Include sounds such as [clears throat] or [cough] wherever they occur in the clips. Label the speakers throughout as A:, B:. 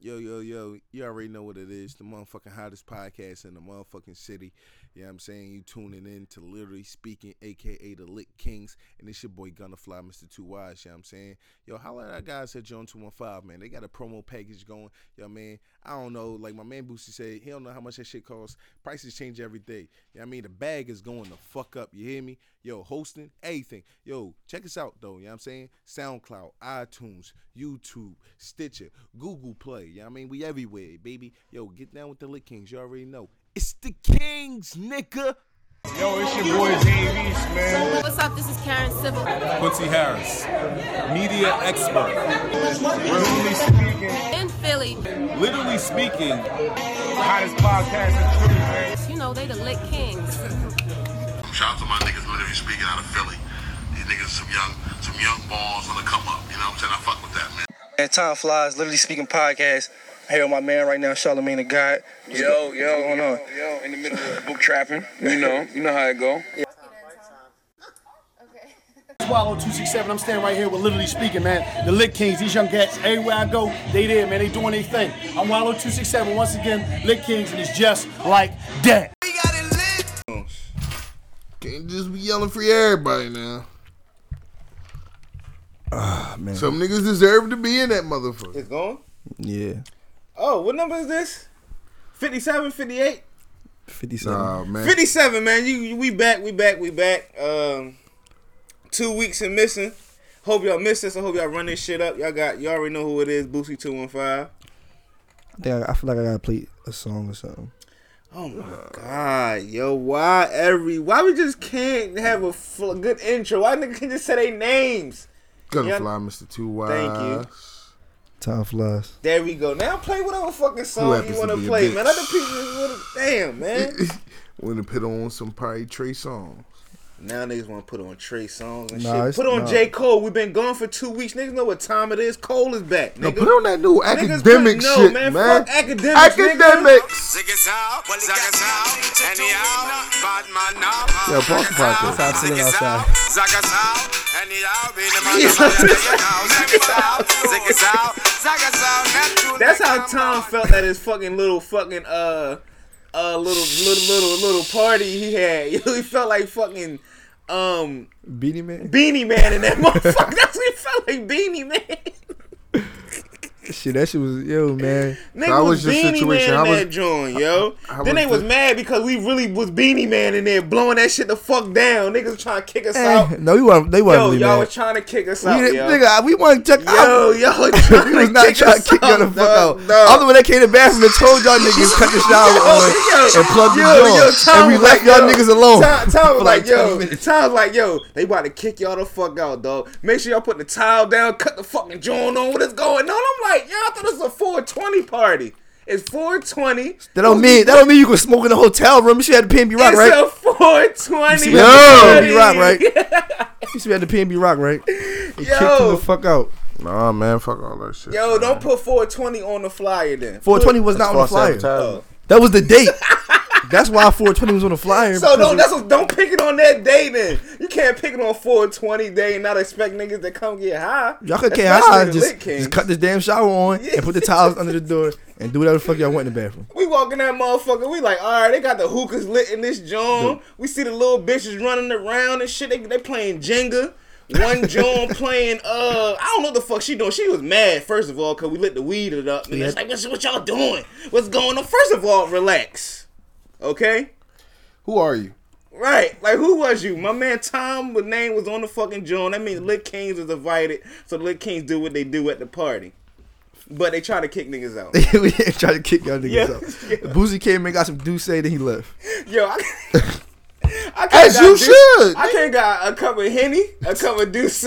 A: Yo, yo, yo, you already know what it is. The motherfucking hottest podcast in the motherfucking city. Yeah, I'm saying you tuning in to Literally Speaking, aka the Lick Kings. And it's your boy Gunnerfly, Mr. Two Wise. Yeah, I'm saying. Yo, holla at our guys at John 215, man. They got a promo package going. Yo, man, I don't know. Like my man Boosie said, he don't know how much that shit costs. Prices change every day. Yeah, I mean, the bag is going the fuck up. You hear me? Yo, hosting, anything. Yo, check us out, though. You know what I'm saying? SoundCloud, iTunes, YouTube, Stitcher, Google Play. You know what I mean? We everywhere, baby. Yo, get down with the Lit Kings. You already know. It's the Kings, nigga.
B: Yo, it's your boy Dave East, man.
C: What's up? This is Karen Civil.
D: Quincy Harris, media expert,
B: Literally speaking,
C: In Philly,
D: literally speaking.
B: hottest podcast in truth, man.
C: you know, they the Lick Kings.
E: Shout out to my niggas literally speaking out of Philly. These niggas some young some young balls on the come up. You know what I'm saying? I fuck with that,
F: Oh,
E: man.
G: At Time Flies, literally speaking podcast. I'm here with my man right now, Charlemagne the God. yo, yo, going on?
F: Yo, in the middle of book trapping. You know, you know how it go.
H: Swallow 267. I'm standing right here with literally speaking, man. The Lick Kings, these young cats, everywhere I go, they there, man. They doing their thing. I'm Wallow 267 once again, Lick Kings, and it's just like that.
A: Can't just be yelling free everybody now.
I: man.
A: Some niggas deserve to be in that motherfucker.
F: It's going?
I: Yeah.
F: Oh, what number is this? 57, 58?
I: 57.
A: Nah, Oh, man.
F: 57, man. You, you- we back, we back, we back. Um, two weeks and missing. Hope y'all missed this. I hope y'all run this shit up. Y'all got, you all already know who it is. Boosie two one five.
I: I, think I, I feel like I gotta play a song or something.
F: Oh my god, yo, why every why we just can't have a fl- good intro? Why niggas can just say they names?
A: Gonna
F: Yeah.
A: fly, Mr. Two Wise.
F: Thank you.
I: Time flies.
F: There we go. Now play whatever fucking song
A: happens
F: you
A: to
F: want to
A: be a
F: play,
A: bitch.
F: man. Other people, what a-
A: [laughs]
F: damn, man.
A: When to put on some probably Trey songs.
F: now niggas want to put on Trey songs and
I: Nah,
F: shit.
I: it's-
F: Put on
I: nah.
F: J Cole. We've been gone for two weeks. Niggas know what time it is. Cole is back.
A: No,
F: Nigga.
A: put on that new
F: Niggas
A: academic
F: put- no,
A: shit,
F: man,
A: man.
F: fuck academics,
A: Academics. Yeah, pause the podcast.
I: Stop singing outside.
F: That's how Tom felt at his fucking little fucking uh uh little little little little party he had. [laughs] Yo, he felt like fucking um
I: Beanie Man?
F: Beanie Man in that [laughs] motherfucker. That's what he felt like Beanie Man. [laughs]
I: shit, that shit was, yo,
F: [laughs]
I: man.
F: Nigga
A: That was
F: was,
A: your
F: Beanie
A: situation.
F: Man
A: How
F: in
A: was-
F: that joint, yo.
A: how was
F: then they was
A: the-
F: mad because we really was Beanie Man in there blowing that shit the fuck down. Niggas trying to kick us
I: Eh,
F: out.
I: no, we weren't, they weren't
F: Yo,
I: really
F: y'all
I: mad.
F: was trying to kick us
I: We
F: out,
I: didn't-
F: yo.
I: Nigga, we want to check
F: Yo,
I: out.
F: y'all
I: [laughs]
F: was trying
I: we was
F: to
I: not
F: kick
I: trying
F: us
I: to kick y'all the
F: out,
I: fuck
F: dog,
I: out.
F: dog.
I: I'm the one that came to the bathroom and told y'all
F: [laughs]
I: niggas cut the shower on and plug the
F: yo, yo,
I: joint.
F: Tom
I: And we
F: was
I: left
F: like, yo,
I: y'all niggas alone.
F: Tom, Tom was
I: for
F: like,
I: 20
F: yo,
I: minutes.
F: Tom was like, yo, they about to kick y'all the fuck out, dog. Make sure y'all put the towel down, cut the fucking joint on. What is going on? I'm like, yo, I thought this was a 420 party. It's 420.
I: That don't mean that don't mean you can smoke in the hotel room. You should have the PNB Rock,
F: It's
I: right?
F: a 420
I: You see, we had
F: party.
I: the PNB
F: [laughs]
I: Rock, right? You see, we had the PNB Rock, right? They kicked him the
F: Yo,
I: fuck out.
A: Nah, man, fuck all that shit.
F: yo, don't put 420 on the flyer then.
I: 420 was not on the
A: False
I: flyer. Oh.
A: advertisement.
I: That was the date. [laughs] That's why 420 was on the flyer.
F: So
I: because
F: don't that's what, don't pick it on that day then. You can't pick it on 420 day and not expect niggas to come get high.
I: Y'all could get
F: Especially
I: high,
F: the
I: just,
F: Lit Kings.
I: just cut this damn shower on
F: [laughs]
I: and put the towels under the door and do whatever the fuck y'all want in the bathroom.
F: We walk in that motherfucker. We like, all right, they got the hookahs lit in this joint. We see the little bitches running around and shit. They, they playing Jenga. One joint playing, uh, I don't know what the fuck she doing. She was mad, first of all, because we lit the weed it up. And it's like, what, what y'all doing? What's going on? First of all, relax. Okay?
A: Who are you?
F: Right. Like, who was you? My man Tom, with name was on the fucking joint. That means Lit Kings is invited. So the Lit Kings do what they do at the party. But they try to kick niggas out.
I: [laughs] we ain't trying to kick y'all niggas
F: Yeah.
I: out. Boozy came and got some douce, then he left.
F: Yo,
I: [laughs]
F: I, I can't
A: As you should.
F: I can't got a cup of henny, a cup of Douce, [laughs]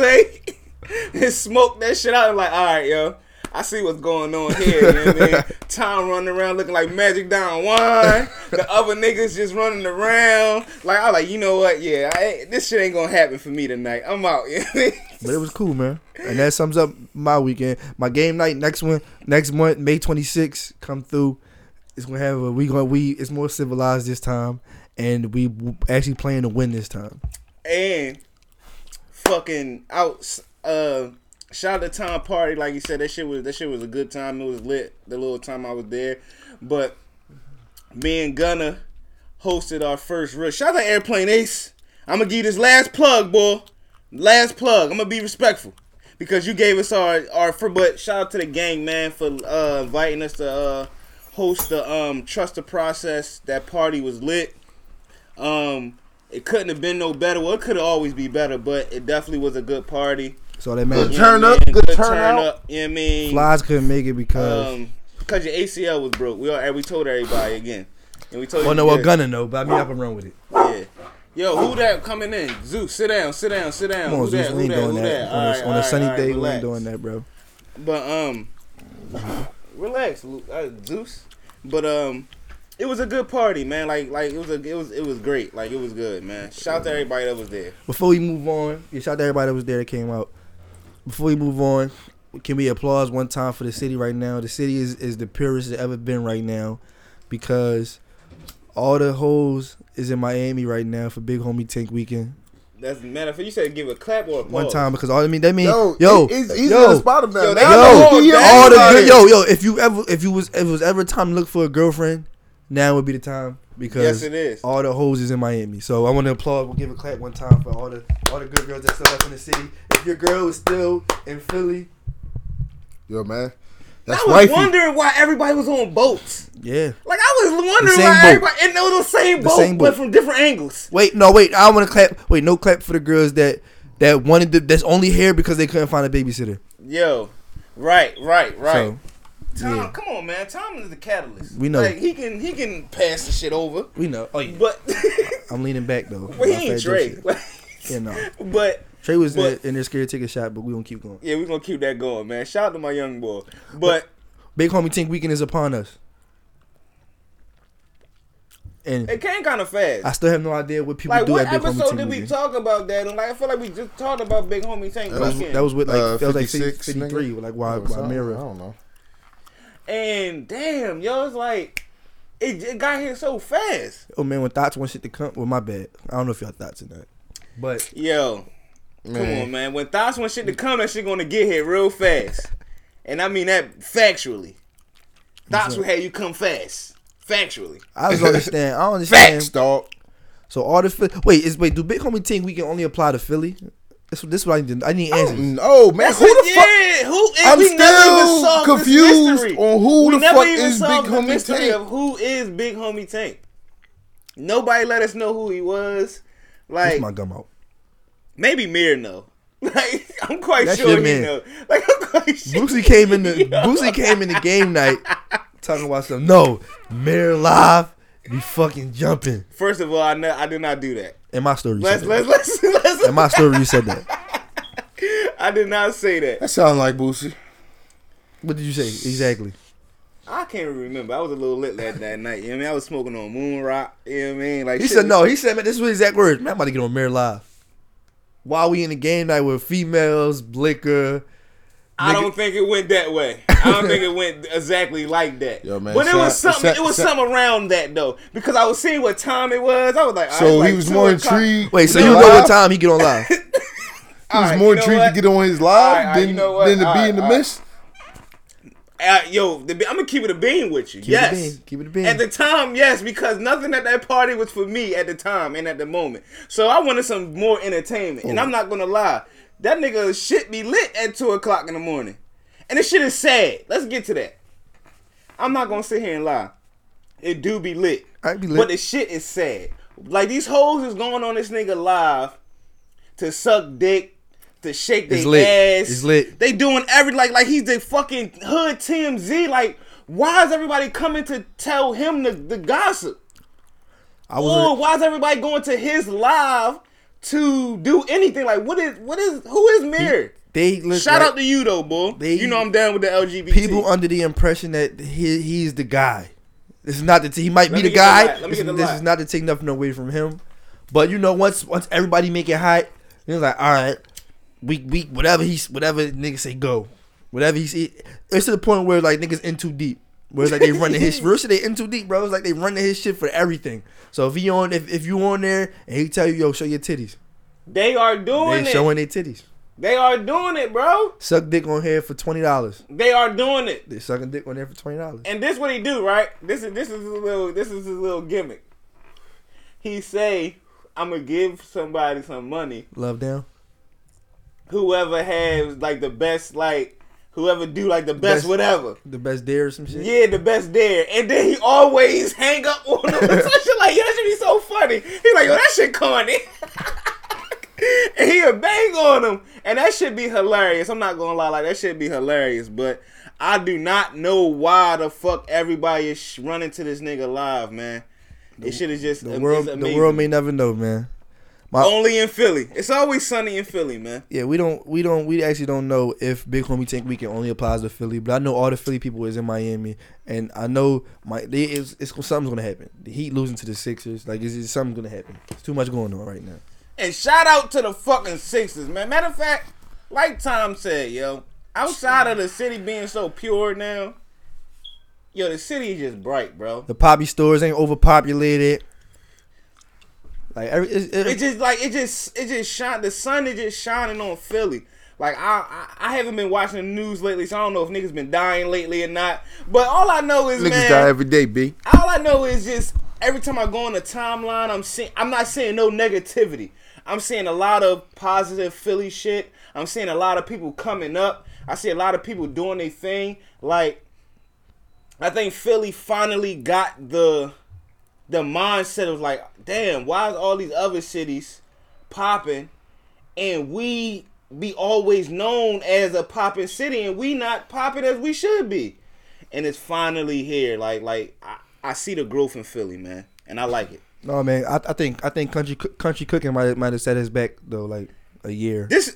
F: and smoke that shit out. I'm like, all right, yo, I see what's going on here. You know what
I: [laughs]
F: I mean? Tom running around looking like Magic Down One. The other niggas just running around. Like I like, you know what? Yeah, I, ain't- this shit ain't gonna happen for me tonight. I'm out. [laughs] You know what I mean?
I: But it was cool, man. And that sums up my weekend. My game night next one next month, May 26th, come through. It's gonna have a we gonna we it's more civilized this time, and we w- actually playing to win this time.
F: and fucking out uh Shout out to Tom Party, like you said, that shit was that shit was a good time. It was lit the little time I was there, but me and Gunna hosted our first real. Shout out to Airplane Ace. I'm gonna give you this last plug, boy. Last plug. I'm gonna be respectful because you gave us our our for. But shout out to the gang, man, for uh, inviting us to uh, host the um, trust the process. That party was lit. Um, it couldn't have been no better. Well, it could always be better, but it definitely was a good party.
I: So that man
F: You know
A: Turn
F: what I
A: up,
F: mean?
A: good turnout.
F: You know what I mean?
I: Flies couldn't make it because.
F: Um, because your ACL was broke. We all and we told everybody again, and we told.
I: well,
F: you
I: no, well,
F: this.
I: Gunna know, but I mean, I can run with it.
F: Yeah. Yo, who that coming in? Zeus, sit down, sit down, sit down.
I: Come on,
F: who
I: Zeus,
F: that?
I: we
F: Who
I: ain't
F: that?
I: doing
F: who
I: that.
F: that?
I: On, a,
F: Alright,
I: on a sunny
F: alright,
I: day, we
F: relax.
I: ain't doing that, bro.
F: But um, relax, Lu- uh, Zeus. But um, it was a good party, man. Like like it was a it was it was great. Like it was good, man. Shout out to everybody that was there.
I: Before we move on, yeah, shout out to everybody that was there that came out. Before we move on, can we applause one time for the city right now? The city is, is the purest it's ever been right now because all the hoes is in Miami right now for Big Homie Tank Weekend.
F: That's matter of fact. You said give a clap or a
I: One
F: pause.
I: time because all I mean that mean
A: Yo,
I: yo yo
A: it- it's easy to spot him now.
F: Yo,
A: Yo,
F: that
I: yo,
F: whole damn
I: all the
F: audience.
I: good, yo, yo. If you ever, if you was, if it was ever time to look for a girlfriend, now would be the time because
F: Yes, it is.
I: all the hoes is in Miami. So I want to applaud, we'll give a clap one time for all the all the good girls that's still left in the city. If your girl is still in Philly,
A: Yo, man.
F: I
A: That's
F: was
A: wifey.
F: wondering why everybody was on boats.
I: yeah.
F: Like I was wondering
I: same
F: why
I: boat.
F: everybody and it was the same
I: The
F: boat,
I: same
F: but
I: boat.
F: from different angles.
I: Wait, no, wait. I want to clap. Wait, no clap for the girls that that wanted to, that's only here because they couldn't find a babysitter.
F: Yo, right, right, right.
I: So
F: Tom,
I: yeah.
F: [laughs] come on, man. Tom is the catalyst.
I: We know.
F: like, he can he can pass the shit over,
I: we know. Oh yeah.
F: but [laughs]
I: I'm leaning back though.
F: but he
I: My fat
F: ain't Dre.
I: Dre.
F: Like,
I: Yeah, no.
F: [laughs] but
I: Trey was in,
F: But-
I: in there scared to take a shot, but we gonna keep going.
F: yeah, we're gonna keep that going, man. Shout out to my young boy. But
I: Big homie Tink weekend is upon us. And
F: it came kind of
I: I
F: fast.
I: still have no idea what people
F: Like
I: do
F: what
I: at Big homie
F: episode
I: Tink
F: did we
I: weekend.
F: talk about that? And like I feel like we just talked about Big Homie Tank
I: that, was,
F: weekend.
I: that was with like
A: Uh,
I: that was like
A: 56,
I: 53,
A: nigga?
I: like why
A: Or
I: why
A: something, I
I: Mira.
A: don't know.
F: and damn, yo, it's like it, it got here so fast,
I: Oh man, when thoughts want shit to come, well my bad. I don't know if y'all thoughts or not, but
F: yo. Come
A: Man.
F: on, man. When thoughts want shit to come, that shit gonna get here real fast. And I mean that factually. Thoughts will have you come fast. Factually.
I: I just don't
F: [laughs]
I: understand. I don't understand.
A: Facts, dog.
I: So all the Phil- wait is wait do Big homie Tink weekend only apply to Philly? This this is what I need. to- I need answers.
A: No, Mm, oh, man. Who the fuck?
F: Yeah, who is
A: I'm
F: we never even
A: still
F: solved this
A: confused
F: mystery.
A: on who
F: we
A: the
F: never
A: fuck
F: even
A: is Big
F: solved the
A: Homie
F: mystery
A: Tank.
F: Of who is Big Homie Tank? Nobody let us know who he was.
I: That's
F: Like
I: my gum out.
F: maybe Mir know. Like I'm quite
I: That's
F: sure
I: your
F: he
I: man.
F: know. Like I'm quite sure.
I: Boosie
F: [laughs]
I: came in the Boosie came in the game night talking about some no Mirror Live be fucking jumping.
F: First of all, I know I did not do that.
I: In my story, you
F: Let's
I: said that.
F: let's let's [laughs] let's.
I: In my story, you said that.
F: I did not say that.
A: That sound like Boosie.
I: What did you say exactly?
F: I can't even remember. I was a little lit that, that night. You know what I mean? I was smoking on Moon Rock. You know what I mean? Like
I: He
F: shit-
I: said no. He said man, this was his exact words. Man, I'm about to get on Mirror Live. While we in the game night with females, liquor,
F: I
I: nigga-
F: don't think it went that way. I don't think it went exactly like that.
A: Yo, man,
F: but it
A: shout-
F: was something.
A: shout-
F: it was
A: shout-
F: something around that though, because I was seeing what time it was. I was like, all
A: So
F: right,
A: he
F: like
A: was
F: two
A: more
F: o'clock.
A: intrigued.
I: Wait, so
A: to
I: you know what
A: live?
I: time he get
A: [laughs]
I: on live?
A: He was
F: Alright,
A: more
F: you know
A: intrigued
F: what?
A: to get on his
F: Alright,
A: live
F: alright,
A: than,
F: you know what?
A: than to be
F: Alright,
A: in the
F: alright.
A: midst.
F: Uh, yo, the, I'm gonna keep it a bean with you.
I: Keep
F: yes,
I: it a bean. Keep it a bean.
F: At the time, yes, because nothing at that party was for me at the time and at the moment. So I wanted some more entertainment. And I'm not gonna lie, that nigga shit be lit at two o'clock in the morning. And this shit is sad. Let's get to that. I'm not gonna sit here and lie. It do be lit.
I: I be lit.
F: But the shit is sad. Like these hoes is going on this nigga live to suck dick, to shake their
I: It's lit.
F: ass.
I: It's lit.
F: They doing every like like he's the fucking hood TMZ. Like, why is everybody coming to tell him the, the gossip?
I: I
F: Or
I: was.
F: why is everybody going to his live to do anything? Like, what is what is who is Mir?
I: They look
F: Shout
I: like-
F: out to you though, boy.
I: They-
F: you know I'm down with the LGBT.
I: people under the impression that he he's the guy. This is not the t- he might
F: Let
I: be
F: me
I: the
F: get the
I: guy.
F: lie. Let me
I: this
F: get the
I: this
F: lie.
I: is not to take nothing away from him, but you know once once everybody make it hot, it's like all right, we we whatever he's whatever niggas say go, whatever he say. It's to the point where like niggas in too deep. Where it's like they running
F: [laughs]
I: his real shit, they in too deep, bro. It's like they running his shit for everything. So if he on if, if you on there and he tell you yo show your titties,
F: they are
I: they
F: doing it.
I: showing their titties.
F: They are doing it, bro.
I: Suck dick on here for twenty dollars.
F: They are doing it.
I: They sucking dick on there for twenty dollars.
F: And this what he do, right? This is this is his little this is his little gimmick. He say, "I'm gonna give somebody some money.
I: Love down.
F: Whoever has like the best, like whoever do like the best,
I: Best-
F: whatever.
I: The best dare or some shit.
F: Yeah, the best dare." And then he always hang up on [laughs] them. so shit like, yo, that should be so funny. He like, yo, that shit corny. [laughs] and he'll bang on him, and that should be hilarious. I'm not gonna lie, like that should be hilarious. But I do not know why the fuck everybody is sh- running to this nigga live, man. it should have just
I: The world, the world may never know, man. My,
F: only in Philly. It's always sunny in Philly, man.
I: yeah, we don't, we don't, we actually don't know if Big Homie Tank Weekend only applies to Philly, but I know all the Philly people is in Miami, and I know my they, it's, it's something's gonna happen. The Heat losing to the Sixers, like it's, it's something's gonna happen. It's too much going on right now.
F: And shout out to the fucking Sixers, man. Matter of fact, like Tom said, yo, outside of the city being so pure now, yo, the city is just bright, bro.
I: The poppy stores ain't overpopulated. Like every, it, it,
F: It just like it just it just shine. The sun is just shining on Philly. Like I, I I haven't been watching the news lately, so I don't know if niggas been dying lately or not. But all I know is man,
A: Niggas die every day, B.
F: all I know is just every time I go on the timeline, I'm seeing I'm not seeing no negativity. I'm seeing a lot of positive Philly shit. I'm seeing a lot of people coming up. I see a lot of people doing their thing. Like I think Philly finally got the the mindset of like, damn, why is all these other cities popping and we be always known as a popping city and we not popping as we should be and it's finally here. Like like I, I see the growth in Philly, man, and I like it.
I: no man, I, I think I think country Cook- country cooking might might have set us back though, like a year.
F: This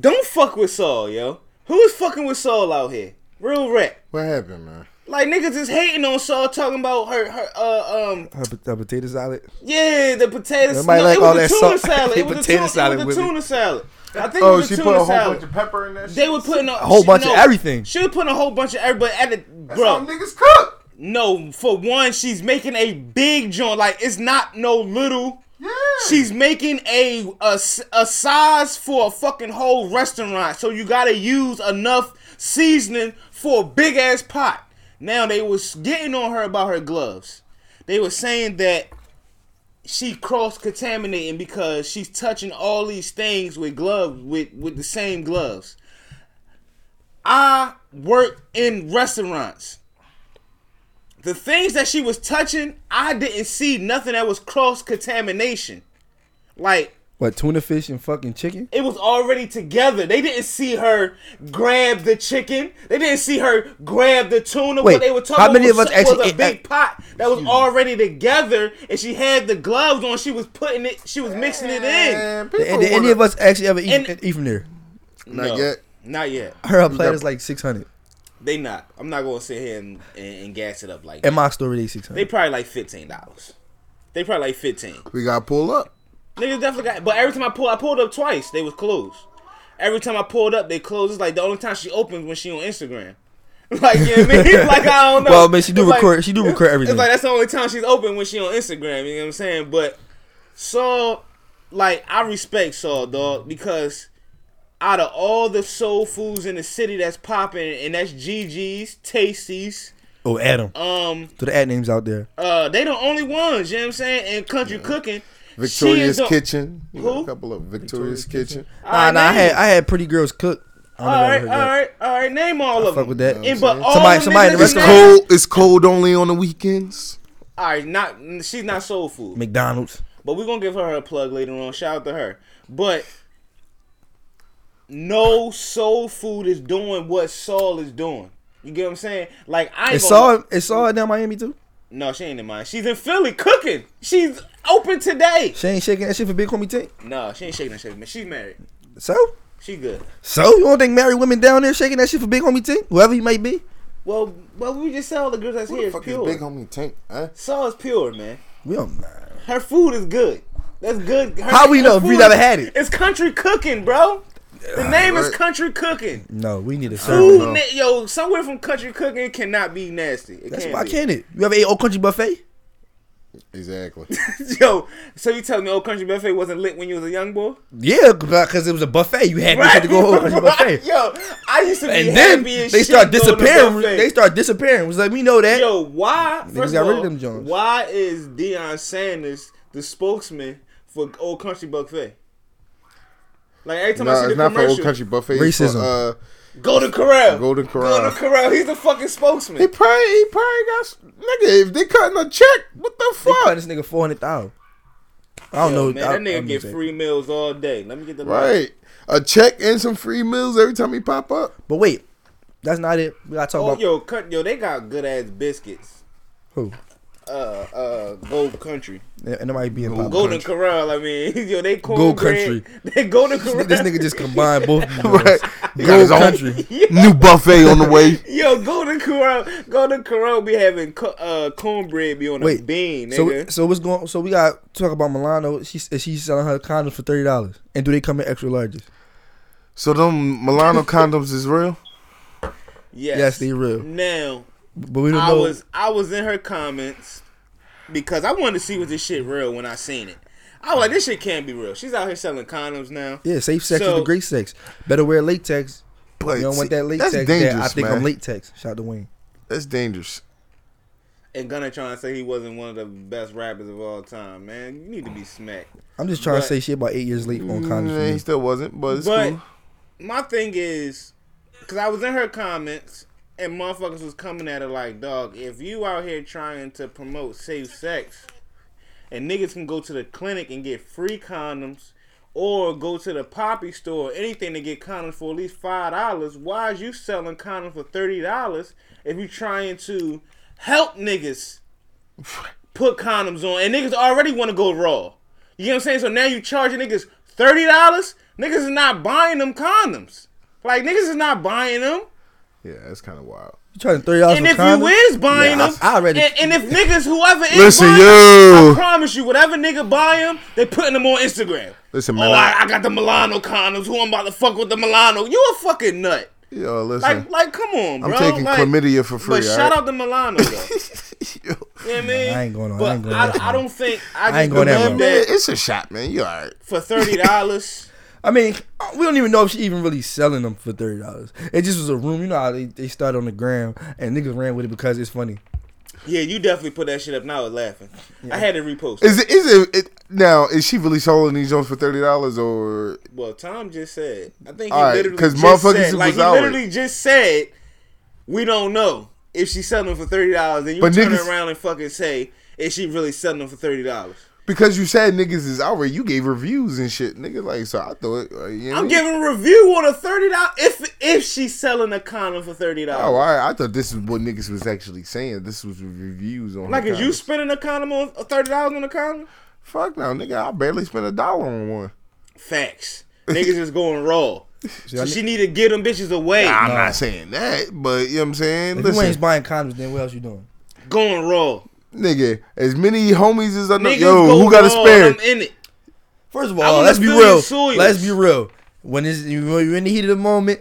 F: don't fuck with Saul, yo. Who's fucking with Saul out here? Real rap.
J: What happened, man?
F: Like niggas is hating on Saul, talking about her her uh um
I: Her, po- her potato salad.
F: yeah the potato
I: Nobody
F: no,
I: like
F: it was
I: all
F: the
I: that
F: tuna
I: salt-
F: salad. It was the
I: potato
F: tuna
I: salad
F: salad. It was
I: with
F: the
I: it.
F: tuna salad. I think it
J: Oh,
F: was the
J: she
F: tuna
J: put a whole
F: salad.
J: bunch of pepper in that.
F: they
J: shit?
F: were putting a
I: whole bunch of everything.
F: She was putting a whole bunch of everybody at the
J: That's how
F: bro.
J: niggas cook.
F: No, for one, she's making a big joint. Like it's not no little.
J: Yeah.
F: She's making a, a s- a size for a fucking whole restaurant, so you gotta use enough seasoning for a big ass pot. Now they was getting on her about her gloves. They were saying that she cross contaminating because she's touching all these things with gloves with with the same gloves. I work in restaurants. The things that she was touching, I didn't see nothing that was cross contamination. Like
I: What tuna fish and fucking chicken?
F: it was already together. They didn't see her grab the chicken. They didn't see her grab the tuna.
I: Wait,
F: what they were talking
I: how many
F: about
I: of
F: was,
I: us actually
F: was a
I: ate
F: big
I: at-
F: pot that was already together, and she had the gloves on. She was putting it. She was mixing it in.
J: Man, people
I: Did, did any
J: wanna-
I: of us actually ever eat,
F: And-
I: eat from there?
J: Not
F: No,
J: yet.
F: Not yet.
I: Her plate is like six hundred.
F: They not. I'm not gonna sit here and, and, and gas it up like.
I: At
F: That.
I: my store, they six
F: They
I: hundred.
F: probably like fifteen dollars. They probably like fifteen.
J: We got to pull up.
F: Niggas definitely got. But every time I pull, I pulled up twice. They was closed. Every time I pulled up, they closed. It's like the only time she opens when she on Instagram. [laughs] Like you know what I mean? [laughs] like I don't know.
I: Well, I mean, she do
F: It's
I: record- she do
F: it's-
I: record
F: [laughs]
I: everything.
F: It's like that's the only time she's open when she on Instagram. You know what I'm saying? But Saul, like I respect Saul, dog, because out of all the soul foods in the city that's popping, and that's Gigi's, Tasty's,
I: Oh, Adam.
F: um,
I: So the ad names out there.
F: uh, they the only ones. You know what I'm saying? And country cooking, She is
J: Victoria's
F: the-
J: Kitchen. You know,
F: Who?
J: a couple of Victoria's, Kitchen.
I: Nah, nah. I
F: name
I: had
F: it.
I: I had pretty girls cook. I don't know
F: All
I: if I
F: right,
I: heard
F: all
I: that.
F: right, all right. Name all of them.
I: Fuck with that.
F: And but all
I: Somebody-
F: them
I: somebody in
F: niggas
I: the
F: is
J: It's
I: restaurant-
F: named-
J: cold. It's cold only on the weekends.
F: All right, not she's not soul food,
I: McDonald's.
F: but we're gonna give her a plug later on. Shout out to her. But no soul food is doing what Saul is doing. You get what I'm saying? Like I ain't
I: It's
F: gonna-
I: all it's all down Miami too.
F: No, she ain't in mine. She's in Philly cooking. She's open today.
I: She ain't shaking that shit for big homie tank.
F: No, she ain't shaking that shit. Man, she's married.
I: So
F: She good.
I: so you don't think married women down there shaking that shit for big homie tank? Whoever you might be,
F: Well, well, we just sell the girls that's
J: Who
F: here
J: the
F: is
J: fuck is
F: pure.
J: Big Homie Tank? Huh?
F: Saul is pure, man.
I: we don't. Nah.
F: Her food is good. That's good. Her-
I: How we
F: her
I: know if we
F: food-
I: never had it? Ah,
F: It's country cooking, bro. The name is country cooking.
I: No, we need a service.
F: Food, na- yo, somewhere from country cooking cannot be nasty. It
I: That's
F: can't
I: why
F: be.
I: can't it? You ever ate old country buffet?
J: [laughs] Exactly.
F: [laughs] Yo, so you telling me old country buffet wasn't lit when you was a young boy?
I: Yeah, because it was a buffet. You had to get to go [laughs] home to a buffet.
F: Yo, I used to be
I: And then
F: happy as
I: they
F: shit
I: start
F: going to
I: disappearing.
F: buffet.
I: They start disappearing. It was like we know that.
F: Yo, why? First
I: got
F: of
I: rid
F: all,
I: of them Jones.
F: Why is Deion Sanders the spokesman for Old Country Buffet? Like every time I
J: no,
F: see the
J: it's not for
F: commercial,
J: old country buffet. it's for,
I: Racism.
J: uh,
F: Golden Corral.
J: Golden Corral.
F: Golden Corral. He's the fucking spokesman.
J: he probably, he probably got s- nigga. If they cutting a check, what the
I: They cut
J: fuck?
I: this nigga four hundred thousand. I don't know.
F: man,
I: I,
F: that
I: I
F: nigga
I: don't
F: get
I: know.
F: free meals all day. Let me get the
J: Right, a check and some free meals every time he pop
I: [laughs]
J: up.
I: But wait, that's not it. We gotta talk
F: Oh,
I: about
F: yo, cut, yo, they got good ass biscuits.
I: who
F: Uh, uh, Gold Country,
I: and and nobody being pop.
F: Golden Corral. I mean, [laughs] yo, they cornbread.
I: Country.
F: [laughs] They Golden Corral.
I: This nigga [laughs] just combined both. of them.
J: Right,
I: Gold
J: Gold
I: country.
J: [laughs] New buffet on the way.
F: [laughs] Yo, Golden Corral, Golden Corral be having co- uh, cornbread be on
I: [laughs]
F: a
I: Wait,
F: bean,
I: so
F: nigga.
I: so what's going? So we got to talk about Milano. She's she's selling her condoms for thirty dollars. And do they come in extra larges?
J: So them Milano condoms is real.
F: yes.
I: Yes, they real.
F: Now,
I: But we don't
F: I
I: know.
F: was I was in her comments because I wanted to see was this shit real when I seen it. I was like, this shit can't be real. She's out here selling condoms now.
I: yeah, safe sex is
F: So-
I: the great sex. Better wear latex.
J: But
I: you don't want
J: see,
I: that latex.
J: That's
I: That's
J: dangerous,
I: I think
J: man.
I: I'm latex. Shout to Wayne.
J: That's dangerous.
F: And Gunna trying to say he wasn't one of the best rappers of all time, man. You need to be smacked.
I: I'm just trying
F: But-
I: to say shit about eight years late on condoms.
J: Yeah,
I: for
J: he
I: me.
J: still wasn't, but it's
F: But
J: cool.
F: my thing is, because I was in her comments and motherfuckers was coming at her like, dog, if you out here trying to promote safe sex and niggas can go to the clinic and get free condoms or go to the poppy store, anything to get condoms for at least $5, why is you selling condoms for $30 if you trying to help
J: [laughs]
F: niggas put condoms on and niggas already want to go raw? You know what I'm saying? So now you charging niggas thirty dollars. Niggas is not buying them condoms. Like niggas is not buying them.
J: Yeah, that's kind of wild.
I: You charging thirty dollars
F: And
I: for
F: if
I: condoms?
F: you is buying
I: Nah,
F: them,
I: I- I already-
F: And, and
I: [laughs]
F: if niggas, whoever is
J: Listen,
F: buying
J: yo.
F: them, I promise you, whatever nigga buy them, they putting them on Instagram.
J: Listen,
F: oh,
J: man.
F: I,
J: I,
F: I got the Milano condoms. Who I'm about to fuck with the Milano? You a fucking nut.
J: yo, listen.
F: Like, like, come on,
J: I'm
F: bro.
J: taking
F: like,
J: chlamydia for free.
F: But shout out to Milano though.
J: [laughs]
I: [laughs]
F: you know what I mean?
I: I ain't going on- I
F: But
I: ain't going
F: I,
I: that
F: I don't think I, just
I: ain't going that
F: believe
I: route.
J: man,
F: that
J: it's a shot, man. You all right?
F: for thirty
J: [laughs]
F: dollars.
I: I mean, we don't even know if she even really selling them for thirty dollars. It just was a room, you know how they, they started on the gram and niggas ran with it because it's funny.
F: Yeah, you definitely put that shit up. Now I was laughing. I had to repost. it.
J: Is it? Is it, it now? Is she really selling these joints for thirty dollars or?
F: Well, Tom just said. I think he
J: All right,
F: literally
J: 'cause
F: just
J: motherfuckers
F: said, like
J: was
F: he
J: out.
F: literally just said, we don't know if she's selling them for thirty dollars. Then you
J: But
F: turn
J: niggas-
F: around and fucking say, is she really selling them for thirty dollars?
J: Because you said niggas is outraged, you gave reviews and shit, nigga. Like, so I thought, uh, you know,
F: I'm giving a review on a thirty dollars if if she's selling a condom for thirty
J: Oh, all
F: dollars.
J: right. I thought this is what niggas was actually saying. This was reviews on.
F: Like,
J: her
F: is you
J: comments.
F: spending a condom on thirty dollars on a condom?
J: Fuck no, nigga. I barely spent a dollar on one.
F: Facts.
J: [laughs]
F: Niggas is going raw. So she need to get them bitches away.
J: I'm not saying that, but you know what I'm saying.
I: If you ain't
J: Listen,
I: buying condoms, then what else you doing?
F: Going raw.
J: nigga. As many homies as I know,
F: Niggas
J: yo,
F: go
J: who got
F: raw,
J: a spare?
F: I'm in it.
I: First of
F: I
I: all,
F: wanna
I: let's be
F: feel your
I: real.
F: soils.
I: Let's be real. When is when you're in the heat of the moment,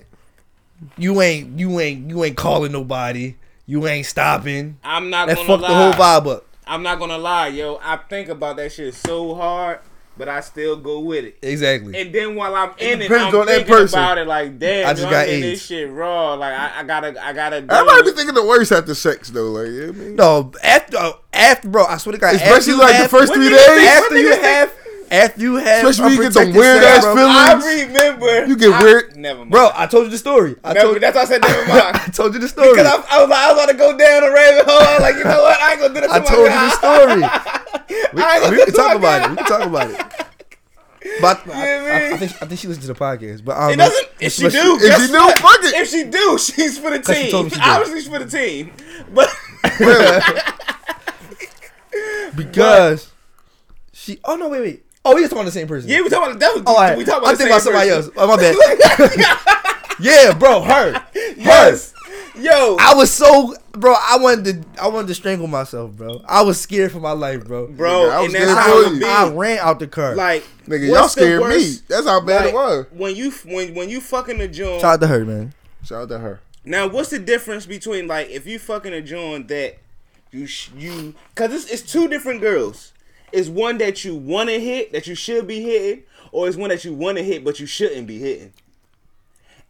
I: you ain't you ain't you ain't calling nobody. You ain't stopping.
F: I'm not
I: That
F: gonna
I: fucked
F: lie.
I: the whole vibe up.
F: I'm not gonna lie, yo. I think about that shit so hard, but I still go with it.
I: Exactly.
F: And then while I'm in it,
J: depends
F: I'm
J: on that
F: thinking
J: person.
F: about it like, damn,
I: I
F: I
I: just
F: just
I: got
F: this
I: AIDS.
F: shit raw. Like I, I gotta, I gotta.
J: I
F: deal
J: might be
F: with-
J: thinking the worst after sex though. Like, you know what I mean?
I: no, after oh, after bro, I swear to God,
J: Especially
I: after you
J: like the
I: have,
J: first
F: What
J: three
F: niggas
J: days.
F: think- what
I: after you
F: niggas
I: have after you have
J: Especially when you get the
I: unprotected
J: weird
I: sex,
J: ass
I: bro.
J: feelings.
F: I remember.
J: You get
F: I-
J: weird.
F: Never mind.
I: Bro, I told you the story. I
F: Never-
I: told
F: that's why I said [laughs] never mind.
I: [laughs] I told you the story.
F: Cause I, I was like, I was about to go down a rabbit hole. I was like, you know what? I ain't gonna do that. To
I: I
F: my
I: told you
F: guy.
I: the
F: [laughs]
I: story. We,
F: I ain't gonna do that
I: we can
F: to
I: talk
F: my
I: about
F: guy.
I: it. We can talk about it. But
F: You
I: I,
F: know what I
I: I,
F: mean?
I: I think I think she listened to the podcast. But um, I
F: It doesn't. If she do,
J: If
F: guess
J: she do,
F: what?
J: fuck it.
F: If she do, she's for the
I: Cause she
F: team.
I: told me she did.
F: Obviously, she's for the team. But [laughs]
I: because she. Oh no! Wait, wait. Oh, we just talking about the same person.
F: yeah, we talking about the devil.
I: Oh, all right.
F: We talking about
I: I'm
F: the
I: thinking about
F: same
I: somebody
F: person.
I: else. Oh, my bad. [laughs] yeah, bro, her. Yes.
F: Yo,
I: I was so, bro. I wanted to, I wanted to strangle myself, bro. I was scared for my life, bro.
F: bro,
J: Nigga, I was
F: and that's
J: there
F: how
J: for
F: it
J: you.
F: be.
I: I ran out the car.
F: like,
J: Nigga,
F: what's
J: y'all scared
F: the worst-
J: me. That's how bad
F: like,
J: it was.
F: When you when when you fucking a joint.
I: Shout out to her, man.
J: Shout out to her.
F: Now, what's the difference between like if you fucking a joint that You sh- you because it's, it's two different girls. It's one that you want to hit that you should be hitting, or it's one that you want to hit but you shouldn't be hitting.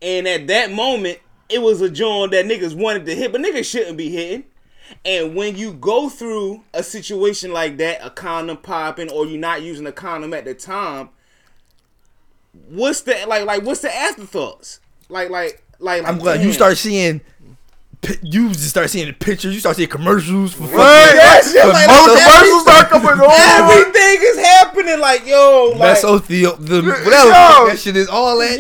F: And at that moment, it was a joint that niggas wanted to hit, but niggas shouldn't be hitting. And when you go through a situation like that, a condom popping, or you're not using a condom at the time, what's the like like what's the afterthoughts? Like like like
I: I'm glad you
F: damn.
I: start seeing. pi- You just start seeing the pictures. You start seeing commercials for fucking
F: Yes, yes,
I: for
F: like,
I: most
F: that's
I: commercials start
F: everything-
I: coming on.
F: Everything is happening. Like yo, like
I: Mesothel, the whatever the fuck that shit is, all that.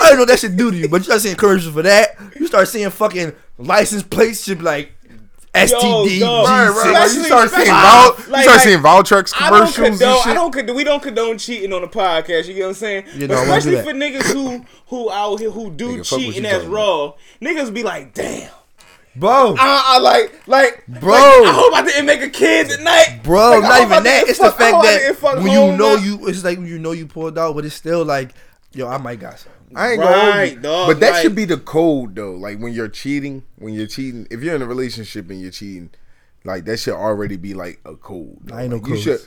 I: I don't know what that shit do to you, but you start seeing commercials for that. You start seeing fucking license plates, shit like STD,
F: dog.
I: G6.
J: Right, right. right. You
F: Especially-
J: start seeing
F: especially-
J: Vol,
F: Like-
J: you start
F: like,
J: seeing Valtrex
F: I don't
J: commercials and shit.
F: condone. I don't condone. We don't condone cheating on the podcast. You get what I'm saying?
I: You
F: But
I: know, I won't do
F: especially for niggas who who out here who do
J: Nigga, fuck what
F: cheat and
J: you
F: that's
J: talking
F: raw. Niggas be like, damn. Uh,
I: Bro,
F: I, I like like
I: Bro.
F: like, I hope I didn't make a kid tonight,
I: bro,
F: Like, I
I: not
F: hope I
I: even that.
F: didn't
I: It's the
F: fuck- I
I: fact
F: hope I didn't
I: that
F: fuck
I: when
F: home
I: you know
F: now.
I: you, it's like when you know you pulled out, but it's still like, yo, I might got some.
J: I ain't gonna hold
F: Right,
J: you.
F: dog,
J: but that
F: like-
J: should be the code though. Like when you're cheating, when you're cheating, if you're in a relationship and you're cheating, like that should already be like a code.
I: I ain't no
J: Like, you
I: codes.
J: should.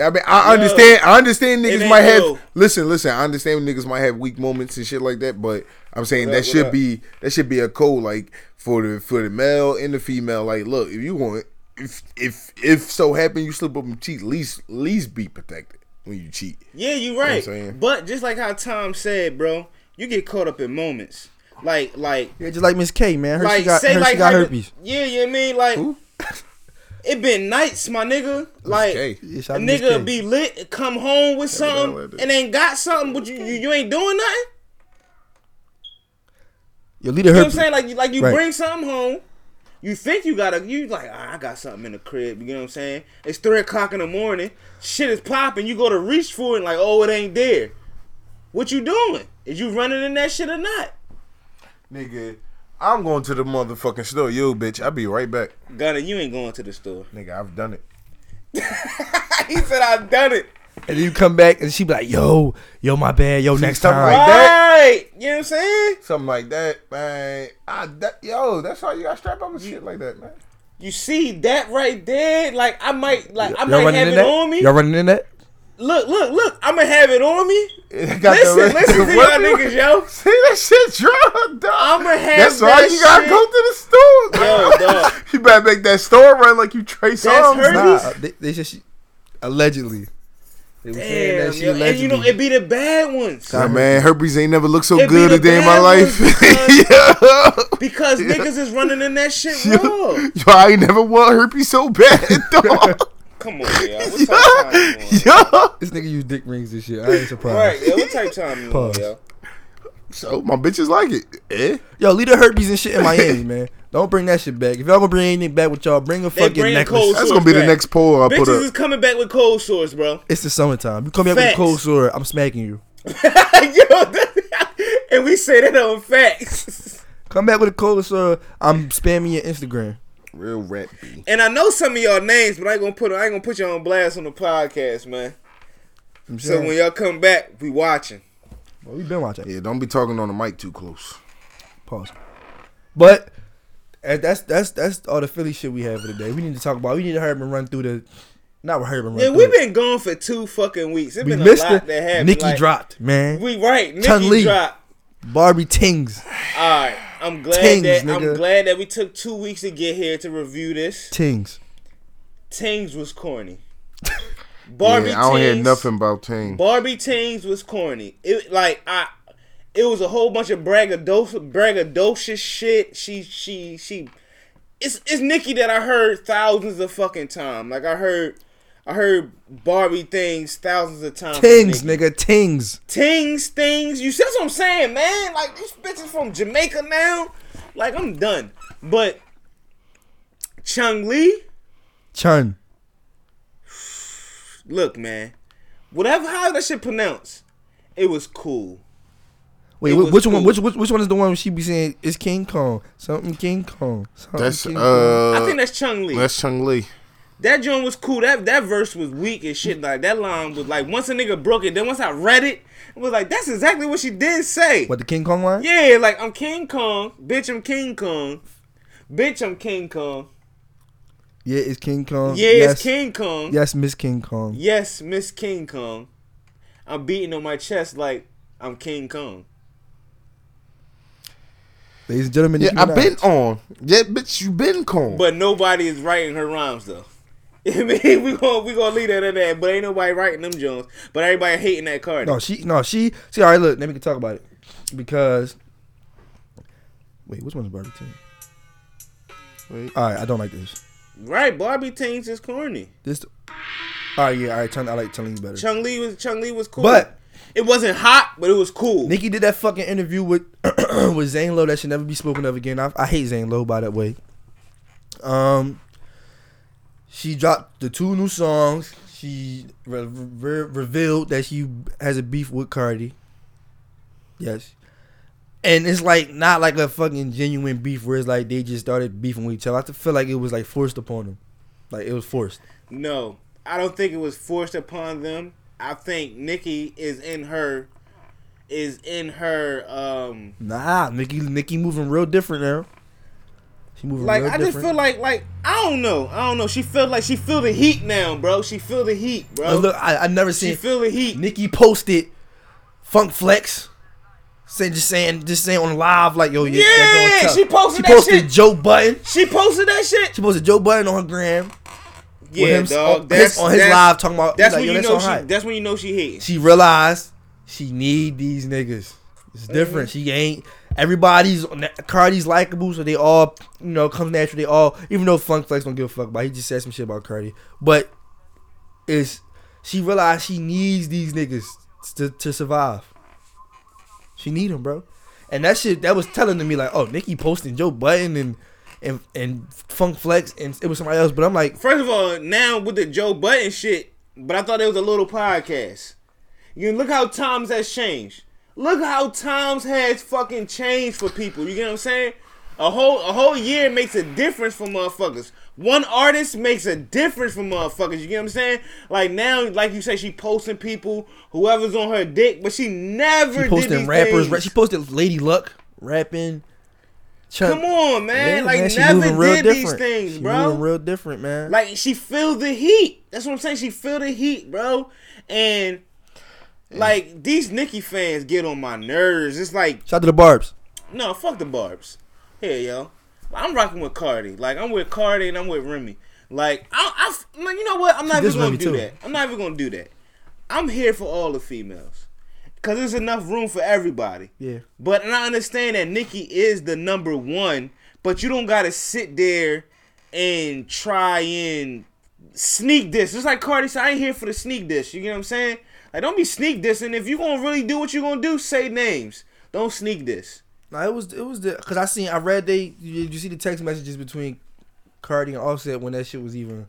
J: I mean, I
F: [laughs]
J: understand. I understand
F: it
J: niggas
F: ain't
J: might have.
F: no.
J: Listen, listen. I understand niggas might have weak moments and shit like that. But I'm saying that
F: up,
J: should
F: what up?
J: be that should be a code like for the for the male and the female. Like, look, if you want, if if if so happen you slip up and cheat, least least be protected when you cheat.
F: Yeah, you right.
J: You know what I'm saying?
F: but just like how Tom said, bro, you get caught up in moments. Like like
I: Yeah, just like Miss K, man. Her,
F: like
I: she got,
F: say
I: her,
F: like
I: she got
F: how you-
I: herpes.
F: Yeah, you know what I mean like it been nights, my nigga. Like
J: gay.
I: Yeah,
F: a
I: shout out to Miss K.
F: nigga be lit, come home with
J: hell I
F: something
J: did.
F: and ain't got something, but you you, you ain't doing nothing.
I: Yo, leader
F: You know what I'm
I: herpes.
F: saying? Like you like you
I: Right.
F: bring something home. You think you gotta you like "Ah, I got something in the crib, you know what I'm saying? It's three o'clock in the morning, shit is popping, you go to reach for it and like, oh it ain't there. What you doing? Is you running in that shit or not?
J: [laughs] Nigga, I'm going to the motherfucking store. Yo, bitch, I'll be right back.
F: Gunner, you ain't going to the store.
J: [laughs] Nigga, I've done it.
F: he said I've done it.
I: And then you come back and she be like, yo, yo, my bad, yo, next
J: something
I: time. [laughs]
J: like- that?
F: Right. You know what I'm saying?
J: Something like that, man. I, that, yo, that's how you got strapped up and shit like that, [laughs] man.
F: You see that right there? Like I might like I
I: Y'all
F: might
I: running
F: have
I: in
F: it
I: that?
F: on me.
I: Y'all running in that?
F: Look, look, look, I'ma have it on me.
J: It got the
F: Listen,
J: red-
F: listen to y'all
J: What?
F: niggas, yo.
J: See that shit drunk, dog.
F: I'ma have
J: That's why
F: that
J: you gotta
F: shit.
J: go to the store,
F: Yo,
J: dog. [laughs]
F: dog.
J: You better make that store run like you Trey Songz.
F: her-
J: dog.
I: Nah, they, they said she allegedly. They were saying
F: Damn,
I: that she
F: yo. and you know
I: allegedly-
F: it be the bad ones
J: Nah, man, herpes ain't never looked so
F: It be
J: good
F: the
J: a day in my
F: bad
J: life. [laughs]
F: ones,
J: yo,
F: because niggas is running in that shit raw.
J: [laughs] yo, I ain't never want herpes so bad, [laughs] dog.
F: Come on, y'all. What type
I: [laughs]
F: time you on?
J: yo.
I: This nigga use dick rings and shit. I ain't surprised.
F: Right, yeah. What type time you on,
I: Pause.
F: yo?
J: So my bitches like it. Eh?
I: Yo, leave the herpes and shit in Miami, [laughs] man. Don't bring that shit back. If y'all gonna bring anything back with y'all, bring a fucking
F: bring
I: necklace.
F: cold-
J: That's
F: Source
J: gonna be the
F: back.
J: next poll I put
F: Bitches is
J: up.
F: coming back with cold sores, bro.
I: [laughs] It's the summertime. You come here with a
F: Facts.
I: cold sore, I'm smacking you.
F: [laughs] yo, and we say that on facts.
I: Come back with a cold sore, I'm spamming your Instagram.
J: Real rap B.
F: And I know some of y'all names, but I ain't gonna put I ain't gonna put y'all on blast on the podcast, man.
I: I'm
F: So
I: saying?
F: when y'all come back, we watching.
I: Well, we been watching.
J: Yeah, don't be talking on the mic too close.
I: Pause. But and that's that's that's all the Philly shit we have for today. We need to talk about. We need to Herb and run through the. Not with Herb and run.
F: Yeah,
I: through
F: we've
I: it.
F: been gone for two fucking weeks. It's
I: We
F: been a
I: missed
F: lot
I: it.
F: that happened.
I: Nikki
F: like,
I: dropped, man.
F: We right. Nikki
I: Chun Li.
F: dropped.
I: Barbie Tings,
F: All right. I'm glad
I: Tings,
F: that
I: nigga.
F: I'm glad that we took two weeks to get here to review this.
I: Tings.
F: Tings was
I: [laughs]
F: corny. Barbie
J: yeah, I don't hear
F: Tings-
J: nothing about Ting.
F: Barbie Tings was corny. It like I, it was a whole bunch of braggadocious, braggadocious shit. She she she, it's it's Nikki that I heard thousands of fucking time. Like I heard, I heard Barbie things thousands of times. from
I: Tings,
F: Nicki.
I: nigga. Tings.
F: Tings things. You see that's what I'm saying, man? Like these bitches from Jamaica now. Like I'm done. But Chung Lee.
I: Chun.
F: Look, man, whatever how that shit pronounced, it was cool.
I: Wait,
F: It
I: wh-
F: was
I: which one?
F: cool.
I: Which, which which one is the one where she be saying it's King Kong? Something King Kong. Something
J: That's
I: King Kong."
J: uh,
F: I think that's Chung Lee.
J: that's Chung Lee.
F: That joint was cool. That that verse was weak and shit. Like that line was like once a nigga broke it, then once I read it, it was like that's exactly what she did say.
I: What the King Kong line?
F: Yeah, like I'm King Kong, bitch. I'm King Kong, bitch. I'm King Kong.
I: Yeah, it's King Kong.
F: Yeah, it's King Kong.
I: Yes, Miss King Kong.
F: Yes, Miss King Kong. I'm beating on my chest like I'm King Kong.
I: Ladies and gentlemen,
J: Yeah,
I: you know
J: I've
I: that.
J: been on. Yeah, bitch, you been con.
F: But nobody is writing her rhymes though. [laughs] I mean, we gonna we gonna leave that at that. But ain't nobody writing them Jones. But everybody hating that Cardi.
I: No, she. No, she. See, all right. Look, then we can talk about it because. Wait, which one's Barbie Teen?
J: Wait.
I: All right, I don't like this.
F: Right, Barbie Tane's is corny.
I: This. All right, yeah. All right, Chun- I like telling you better.
F: Chung Lee was Chung Lee was cool.
I: But-
F: it wasn't hot, but it was cool.
I: Nikki did that fucking interview with [clears throat] with Zane Lowe that should never be spoken of again. I, I hate Zane Lowe by that way. Um, she dropped the two new songs. She re- re- revealed that she has a beef with Cardi. Yes, and it's like not like a fucking genuine beef where it's like they just started beefing with each other. I feel like it was like forced upon them, like it was forced.
F: No, I don't think it was forced upon them. I think Nikki is in her is in her um
I: Nah, Nikki, Nikki moving real different now. She moving
F: like
I: real
F: I just
I: different.
F: feel like like I don't know. I don't know. She feel like she feel the heat now, bro. She feel the heat, bro.
I: Uh, look, I, I never
F: she
I: seen
F: feel the heat.
I: Nikki posted Funk Flex. Saying, just saying, just saying on live, like yo, yeah,
F: Yeah,
I: that's going
F: she posted
I: She
F: that
I: posted
F: shit.
I: Joe Button.
F: She posted that shit.
I: She posted Joe Button on her gram.
F: Yeah,
I: him
F: dog.
I: on-
F: that's,
I: his- on his
F: that's-
I: live talking about-
F: That's
I: like,
F: when
I: yo,
F: you
I: that's
F: know
I: all
F: she.
I: right.
F: That's when you know she hates.
I: She realized she need these niggas. It's different. She ain't everybody's Cardi's likable, so they all you know comes natural. They all even though Funk Flex don't give a fuck about. it, He just said some shit about Cardi, but it's she realized she needs these niggas to to survive. She need them, bro. And that shit that was telling to me like, oh, Nikki posting Joe Button and and and Funk Flex and it was somebody else, but I'm like,
F: First of all, now with the Joe Button shit, but I thought it was a little podcast. You look how times has changed. Look how times has fucking changed for people. You get what I'm saying? A whole a whole year makes a difference for motherfuckers. One artist makes a difference for motherfuckers. You get what I'm saying? Like now, like you say, she posting people, whoever's on her dick, but she never
I: she
F: did
I: posting
F: these
I: rappers.
F: things.
I: She posted Lady Luck rapping. Chuck-
F: Come on, man.
I: Yeah,
F: like
I: she moving
F: never
I: real
F: did
I: different.
F: these things,
I: she
F: bro.
I: Moving real different, man.
F: Like she feel the heat. That's what I'm saying. She feel the heat, bro. And like these Nicki fans get on my nerves. It's like,
I: Shout out to the Barb's.
F: no, fuck the barbs. Here, yo. I'm rocking with Cardi. Like I'm with Cardi and I'm with Remy. Like I, I f- man, you know what? I'm not
I: She
F: even
I: dissed
F: gonna
I: Remy,
F: do
I: too.
F: that. I'm not even gonna do that. I'm here for all the females. Cause there's enough room for everybody.
I: Yeah.
F: But and I understand that Nikki is the number one, but you don't gotta sit there and try and sneak this. Just like Cardi said, I ain't here for the sneak this. You get what I'm saying? Like don't be sneak this. And if you gonna really do what you gonna do, say names. Don't sneak this.
I: No, it was it was the because I seen I read they you, you see the text messages between Cardi and Offset when that shit was even.